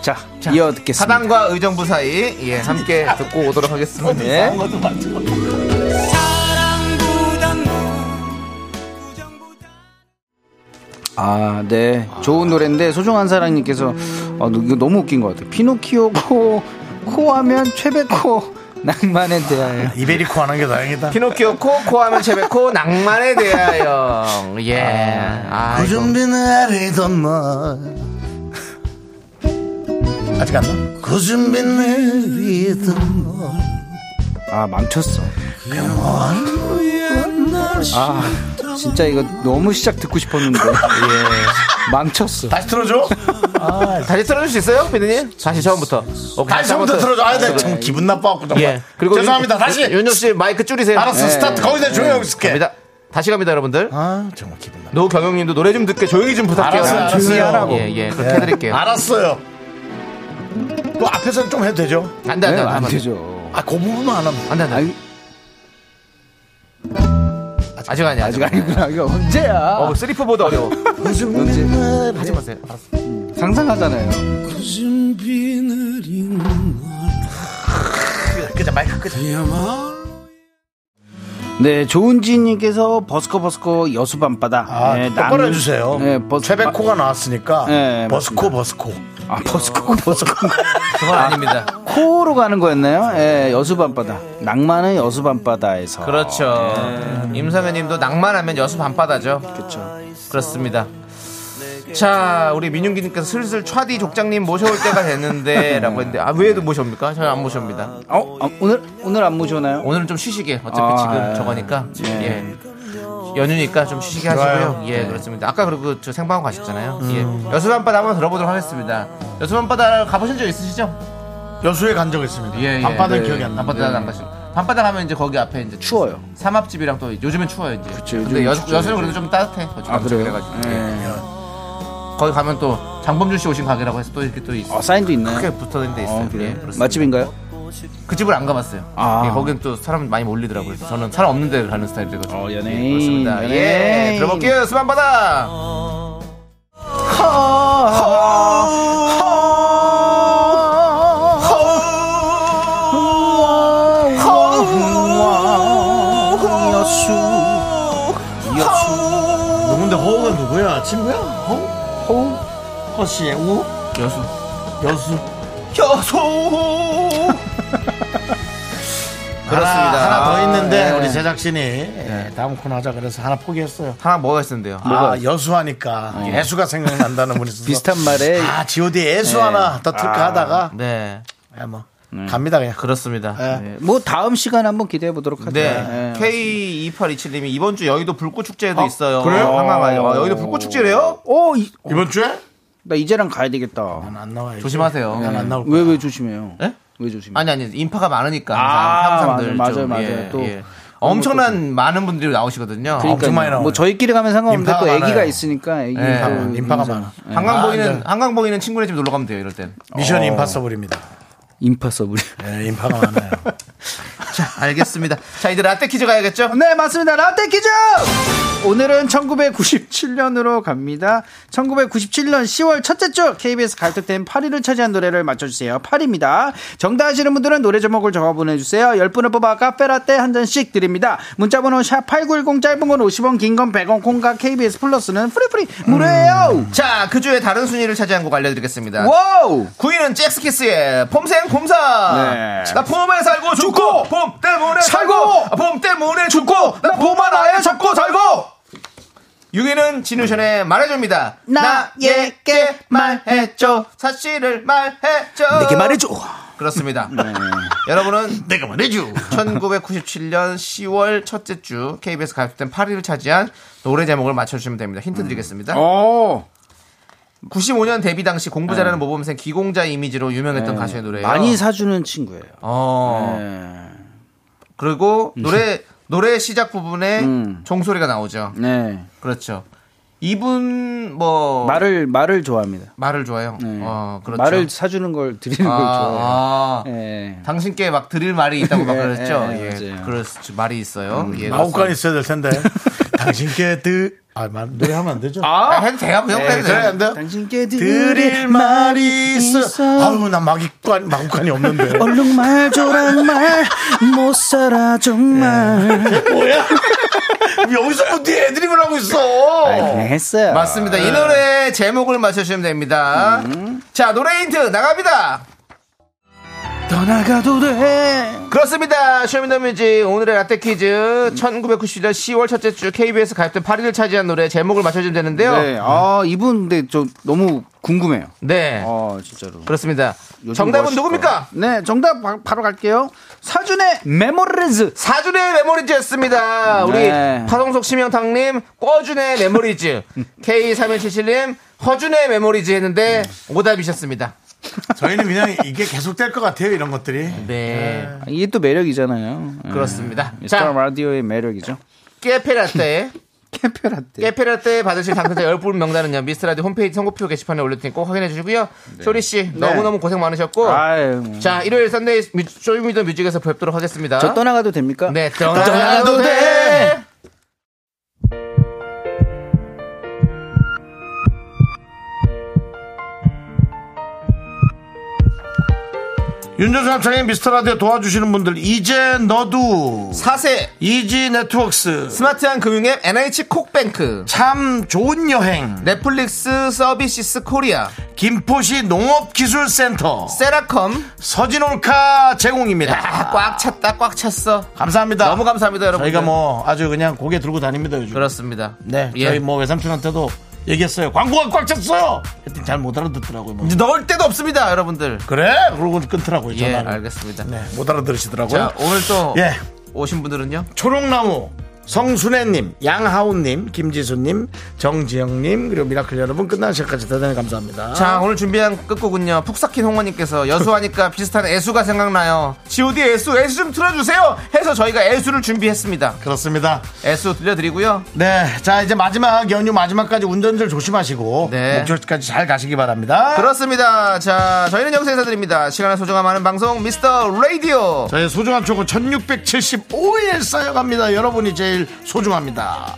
Speaker 9: 자, 이어 듣겠습니다.
Speaker 2: 사당과 의정부 사이 예 함께 듣고 오도록 하겠습니다.
Speaker 9: 예. 아, 네. 좋은 노래인데 소중한 사랑님께서 어, 이거 너무 웃긴 것 같아요. 피노키오 코, 코 하면 최백호 [LAUGHS] 낭만에 대하여.
Speaker 1: 이베리코 하는 게 다행이다.
Speaker 2: 피노키오 코 코하면 제베코 낭만에 대하여 예. 아, 이거.
Speaker 1: 내리던 뭐 아직 안 나? 그 준비 내리던 뭐
Speaker 9: 아, 망쳤어. 아, 진짜 이거 너무 시작 듣고
Speaker 1: [LAUGHS]
Speaker 9: 싶었는데. 예. 망쳤어.
Speaker 1: 다시 틀어줘.
Speaker 2: 다시 틀어줄 수 있어요, 피디님? 다시 처음부터. 오케이,
Speaker 1: 다시 한번 더 틀어줘. 아, 나 참 기분 나빠갖고 정말.
Speaker 2: 네. 예.
Speaker 1: 죄송합니다. 다시.
Speaker 2: 윤정 씨 마이크 줄이세요.
Speaker 1: 알았어.
Speaker 9: 예.
Speaker 1: 스타트. 거기서 조용히 하고 있을게.
Speaker 2: 갑니다. 다시 갑니다, 여러분들.
Speaker 1: 아, 정말 기분 나.
Speaker 2: 노경영님도 노래 좀 듣게 조용히 좀 부탁해요.
Speaker 1: 알았어요, 알았어요. 조용히 하라고.
Speaker 2: 예, 예, 그렇게 해드릴게요.
Speaker 1: 알았어요. 또 앞에서는 좀 해도 되죠?
Speaker 2: 안돼 안돼
Speaker 9: 네, 안 되죠.
Speaker 1: 아, 그 부분만 안 하면.
Speaker 2: 안돼 안돼.
Speaker 9: 아니,
Speaker 2: 아직 아니야.
Speaker 9: 아직 아니구나. 이거 언제야?
Speaker 2: 어, 쓰리포보다 어려워.
Speaker 9: 언제?
Speaker 2: 하지 마세요. 알았어.
Speaker 9: 상상하잖아요.
Speaker 1: 그자 마이크 끄자.
Speaker 9: 네, 조은지님께서 버스커 버스커 여수 밤바다.
Speaker 1: 아,
Speaker 9: 네,
Speaker 1: 똑바로
Speaker 9: 남-
Speaker 1: 해주세요.
Speaker 9: 네, 버스-
Speaker 1: 최백호가 나왔으니까.
Speaker 9: 네,
Speaker 1: 버스코, 버스코.
Speaker 9: 아, 버스커 버스커. [LAUGHS]
Speaker 2: 그건 아닙니다.
Speaker 9: 코로 가는 거였나요? 예, 여수 밤바다. 낭만의 여수 밤바다에서.
Speaker 2: 그렇죠. 임상현님도 낭만하면 여수 밤바다죠.
Speaker 9: 그렇죠.
Speaker 2: 그렇습니다. 자, 우리 민윤기님께서 슬슬 차디 족장님 모셔올 때가 됐는데라고 했는데 아 왜도 모셔옵니까? 저는 안 모셔옵니다.
Speaker 9: 어, 아, 오늘 오늘 안 모셔나요?
Speaker 2: 오늘은 좀 쉬시게 어차피
Speaker 9: 아,
Speaker 2: 지금
Speaker 9: 예.
Speaker 2: 저거니까. 예. 연휴니까 좀 쉬시게 하시고요. 예, 그렇습니다. 아까 그리고 저 생방송 가셨잖아요. 예. 여수 밤바다 한번 들어보도록 하겠습니다. 여수 밤바다 가보신 적 있으시죠?
Speaker 1: 여수에 간 적 있습니다.
Speaker 2: 예, 예.
Speaker 1: 밤바다는 기억이 안 나.
Speaker 2: 밤바다 안 가시고. 밤바다 가면 이제 거기 앞에 이제 추워요. 삼합집이랑 또 요즘엔 추워요 이제. 그렇죠. 근데
Speaker 9: 요즘엔
Speaker 2: 여,
Speaker 9: 춥죠,
Speaker 2: 여수는 그래도
Speaker 9: 요즘.
Speaker 2: 좀 따뜻해.
Speaker 9: 아, 그래요?
Speaker 2: 그래가지고. 예. 거기 가면 또 장범준 씨 오신 가게라고 해서 또 이렇게 또 있어요.
Speaker 9: 어, 사인도 있나요?
Speaker 2: 크게 붙어 있는 데 있어요. 예, 그렇습니다.
Speaker 9: 맛집인가요?
Speaker 2: 그 집을 안 가봤어요.
Speaker 9: 아.
Speaker 2: 예, 거긴 또 사람 많이 몰리더라고요. 그래서 저는 사람 없는 데 가는 스타일이거든요. 어,
Speaker 9: 연예인,
Speaker 2: 그렇습니다. 예,
Speaker 9: 음, 연예인.
Speaker 2: 들어볼게요. 수만바다.
Speaker 1: 여수. 여수. 누군데 허우가 누구야? 친구야? 허우? 허우? 허씨의 우?
Speaker 2: 여수.
Speaker 1: 여수.
Speaker 2: 여수.
Speaker 1: 하나,
Speaker 2: 그렇습니다.
Speaker 1: 하나 더
Speaker 2: 아,
Speaker 1: 있는데
Speaker 9: 네.
Speaker 2: 예.
Speaker 1: 우리 제작진이 예, 다음 코너 하자 그래서 하나 포기했어요.
Speaker 2: 하나 뭐가 있었는데요?
Speaker 1: 아 여수하니까 애수가 생각난다는 분이 있어서
Speaker 9: 예. 비슷한 말에 네. 아.
Speaker 1: 아 G.O.D 애수 하나 더 틀까 하다가
Speaker 2: 네.
Speaker 1: 예, 뭐 갑니다 그냥.
Speaker 2: 그렇습니다.
Speaker 1: 예.
Speaker 9: 네, 뭐 다음 시간 한번 기대해 보도록 하죠.
Speaker 2: 네.
Speaker 9: 네.
Speaker 2: K2827님이 이번 주 여의도 불꽃축제에도 있어요.
Speaker 1: 그래요?
Speaker 2: 한강가요. 아, 여의도 불꽃축제래요?
Speaker 9: 오, 이,
Speaker 1: 이번 주에?
Speaker 9: 나 이제랑 가야 되겠다.
Speaker 1: 안 나와요. 네.
Speaker 2: 조심하세요.
Speaker 1: 난안 나올 거야.
Speaker 9: 네. 왜 왜 조심해요?
Speaker 2: 예?
Speaker 9: 왜 조심해?
Speaker 2: 아니, 아니, 인파가 많으니까.
Speaker 9: 아,
Speaker 2: 항상 사람들.
Speaker 9: 맞아요,
Speaker 2: 좀,
Speaker 9: 맞아요,
Speaker 2: 예,
Speaker 9: 맞아요. 또
Speaker 2: 예. 엄청난 많은 분들이 나오시거든요.
Speaker 1: 엄청 많이 나와요.
Speaker 9: 뭐 저희끼리 가면 상관없는데
Speaker 1: 인파가
Speaker 9: 또 애기가
Speaker 1: 많아요.
Speaker 9: 있으니까 애기
Speaker 2: 예.
Speaker 9: 또
Speaker 1: 인파가, 인파가
Speaker 9: 인사-
Speaker 1: 많아.
Speaker 2: 한강
Speaker 1: 아,
Speaker 2: 보이는
Speaker 1: 네.
Speaker 2: 한강 보이는 예. 친구네 집 놀러 가면 돼요 이럴 [LAUGHS] 땐.
Speaker 9: 어.
Speaker 1: 미션 임파서블입니다.
Speaker 9: 인파서블.
Speaker 1: 예, 인파가 많아요.
Speaker 2: 알겠습니다. 자 이제 라떼 퀴즈 가야겠죠?
Speaker 9: 네, 맞습니다. 라떼 퀴즈! 오늘은 1997년으로 갑니다. 1997년 10월 첫째 주 KBS 갈등된 8위를 차지한 노래를 맞춰주세요. 8위입니다. 정답 아시는 분들은 노래 제목을 적어 보내주세요. 10분을 뽑아 카페라떼 한 잔씩 드립니다. 문자번호 샵8910 짧은 건 50원, 긴 건 100원, 콩과 KBS 플러스는 프리프리 무료예요!
Speaker 2: 자그 주에 다른 순위를 차지한 곡 알려드리겠습니다.
Speaker 9: 와우!
Speaker 2: 9위는 잭스키스의 폼생 폼사.
Speaker 9: 네.
Speaker 2: 나 폼에 살고 죽고, 폼 때문에 살고, 아, 폼 때문에 죽고, 나 폼만 아예 잡고 살고. 6위는 진우션의 말해줍니다.
Speaker 9: 나에게
Speaker 2: 말해줘. 사실을 말해줘.
Speaker 9: 내게 말해줘!
Speaker 2: [LAUGHS] 그렇습니다. 여러분은 내가 말해줘. 1997년 10월 첫째 주 KBS 가입된 8위를 차지한 노래 제목을 맞춰주시면 됩니다. 힌트 드리겠습니다.
Speaker 9: 어. 오!
Speaker 2: 95년 데뷔 당시 공부 잘하는 모범생 기공자 이미지로 유명했던 가수의 노래예요.
Speaker 9: 네. 많이 사주는 네. 친구예요.
Speaker 2: 어. 그리고 노래 노래 시작 부분에
Speaker 9: 음.
Speaker 2: 종소리가 나오죠.
Speaker 9: 네.
Speaker 2: 그렇죠. 이분 뭐
Speaker 9: 말을, 말을 좋아합니다.
Speaker 2: 말을 좋아해요.
Speaker 9: 네.
Speaker 2: 어, 그렇죠.
Speaker 9: 말을 사주는 걸 드리는
Speaker 2: 아,
Speaker 9: 걸 좋아해요.
Speaker 2: 아.
Speaker 9: 예.
Speaker 2: 당신께 막 드릴 말이 있다고 막
Speaker 9: 예,
Speaker 2: 그랬죠.
Speaker 9: 예,
Speaker 2: 예,
Speaker 9: 맞아요. 음,
Speaker 2: 그렇죠. 말이 있어요. 예,
Speaker 1: 아홉 간
Speaker 2: 그렇습니다.
Speaker 1: 있어야 될
Speaker 9: [LAUGHS]
Speaker 1: 텐데. 당신께 드, 아, 말, 노래하면 안 되죠?
Speaker 2: 아, 해도 돼요.
Speaker 9: 네,
Speaker 2: 그냥 해도
Speaker 1: 네, 그래야
Speaker 2: 돼요.
Speaker 1: 안 돼요?
Speaker 9: 당신께
Speaker 1: 드릴 말이 있어. 어. 아우, 나 마기관, 마구간이 없는데. [LAUGHS]
Speaker 9: 얼룩말 조랑말 못 살아 정말
Speaker 1: 뭐야? 여기서 뭐 뒤에 애드립을 하고 있어.
Speaker 2: 네.
Speaker 9: 그냥 했어요
Speaker 2: 맞습니다.
Speaker 9: 네.
Speaker 2: 이 노래 제목을 맞춰주시면 됩니다.
Speaker 9: 음.
Speaker 2: 자, 노래 힌트 나갑니다.
Speaker 9: 떠나가도 돼
Speaker 2: 그렇습니다. 쇼미더뮤직 오늘의 라떼 퀴즈 1997년 10월 첫째 주 KBS 가입된 8위를 차지한 노래 제목을 맞춰주면 되는데요.
Speaker 9: 네, 아 이분 근데 저 너무 궁금해요
Speaker 2: 네.
Speaker 9: 아 진짜로
Speaker 2: 그렇습니다.
Speaker 9: 요즘
Speaker 2: 정답은
Speaker 9: 뭐 하실까요?
Speaker 2: 누굽니까?
Speaker 9: 네 정답 바, 로 갈게요 사준의 메모리즈
Speaker 2: 사준의 메모리즈였습니다.
Speaker 9: 네.
Speaker 2: 우리 파동석 심영탁님, 꿔준의
Speaker 9: [LAUGHS]
Speaker 2: 메모리즈, K3177님, 허준의 메모리즈 했는데 오답이셨습니다.
Speaker 1: 저희는 그냥 이게 계속될 것 같아요, 이런 것들이.
Speaker 2: 네.
Speaker 9: 이게 또 매력이잖아요 예.
Speaker 2: 그렇습니다.
Speaker 9: 미스터
Speaker 2: 자,
Speaker 9: 라디오의 매력이죠
Speaker 2: 깨페라떼.
Speaker 9: 캐페라떼
Speaker 2: 깨페라떼 받으실 당첨자 10분 명단은요. 미스터라디 홈페이지 선고표 게시판에 올려드니 꼭 확인해 주시고요. 쇼리씨 너무너무 고생 많으셨고
Speaker 9: 아유 뭐.
Speaker 2: 자 일요일 썬데이 뮤- 쇼미더 뮤직에서 뵙도록 하겠습니다.
Speaker 9: 저 떠나가도 됩니까?
Speaker 2: 어? 네, 떠나도 돼.
Speaker 1: 윤정수 남창의 미스터 라디오 도와주시는 분들, 이제 너도.
Speaker 2: 사세
Speaker 1: 이지 네트웍스.
Speaker 2: 스마트한 금융앱 NH 콕뱅크
Speaker 1: 참 좋은 여행.
Speaker 2: 넷플릭스 서비스 코리아
Speaker 1: 김포시 농업기술센터.
Speaker 2: 세라컴
Speaker 1: 서진 올카 제공입니다.
Speaker 2: 아, 꽉 찼다 꽉 찼어
Speaker 1: 감사합니다.
Speaker 2: 너무 감사합니다 여러분
Speaker 1: 저희가 뭐 아주 그냥 고개 들고 다닙니다 요즘.
Speaker 2: 그렇습니다
Speaker 1: 네,
Speaker 2: 예.
Speaker 1: 저희 뭐 외삼촌한테도 얘기했어요. 광고가 꽉 찼어요. 했더니 잘 못 알아듣더라고요. 뭐.
Speaker 2: 이제 넣을 데도 없습니다 여러분들
Speaker 1: 그래? 그러고 끊더라고요.
Speaker 2: 예
Speaker 1: 전화를.
Speaker 2: 알겠습니다
Speaker 1: 네, 못 알아들으시더라고요.
Speaker 2: 자 오늘 또
Speaker 1: 예,
Speaker 2: 오신 분들은요
Speaker 1: 초록나무 성순애님, 양하온님, 김지수님, 정지영님, 그리고 미라클 여러분 끝나는 시간까지 대단히 감사합니다.
Speaker 2: 자 오늘 준비한 끝곡은요 푹삭힌 홍어님께서 여수하니까 비슷한 애수가 생각나요 god 애수 애수 좀 틀어주세요 해서 저희가 애수를 준비했습니다
Speaker 1: 그렇습니다
Speaker 2: 애수 들려드리고요
Speaker 1: 네, 자 이제 마지막 연휴 마지막까지 운전들 조심하시고 목적지까지 잘 가시기 바랍니다.
Speaker 2: 그렇습니다 자 저희는 여기서 인사드립니다 시간을 소중함 하는 방송 미스터 라디오
Speaker 1: 저희 소중한 초고 1675일 쌓여갑니다. 여러분이 제일 소중합니다.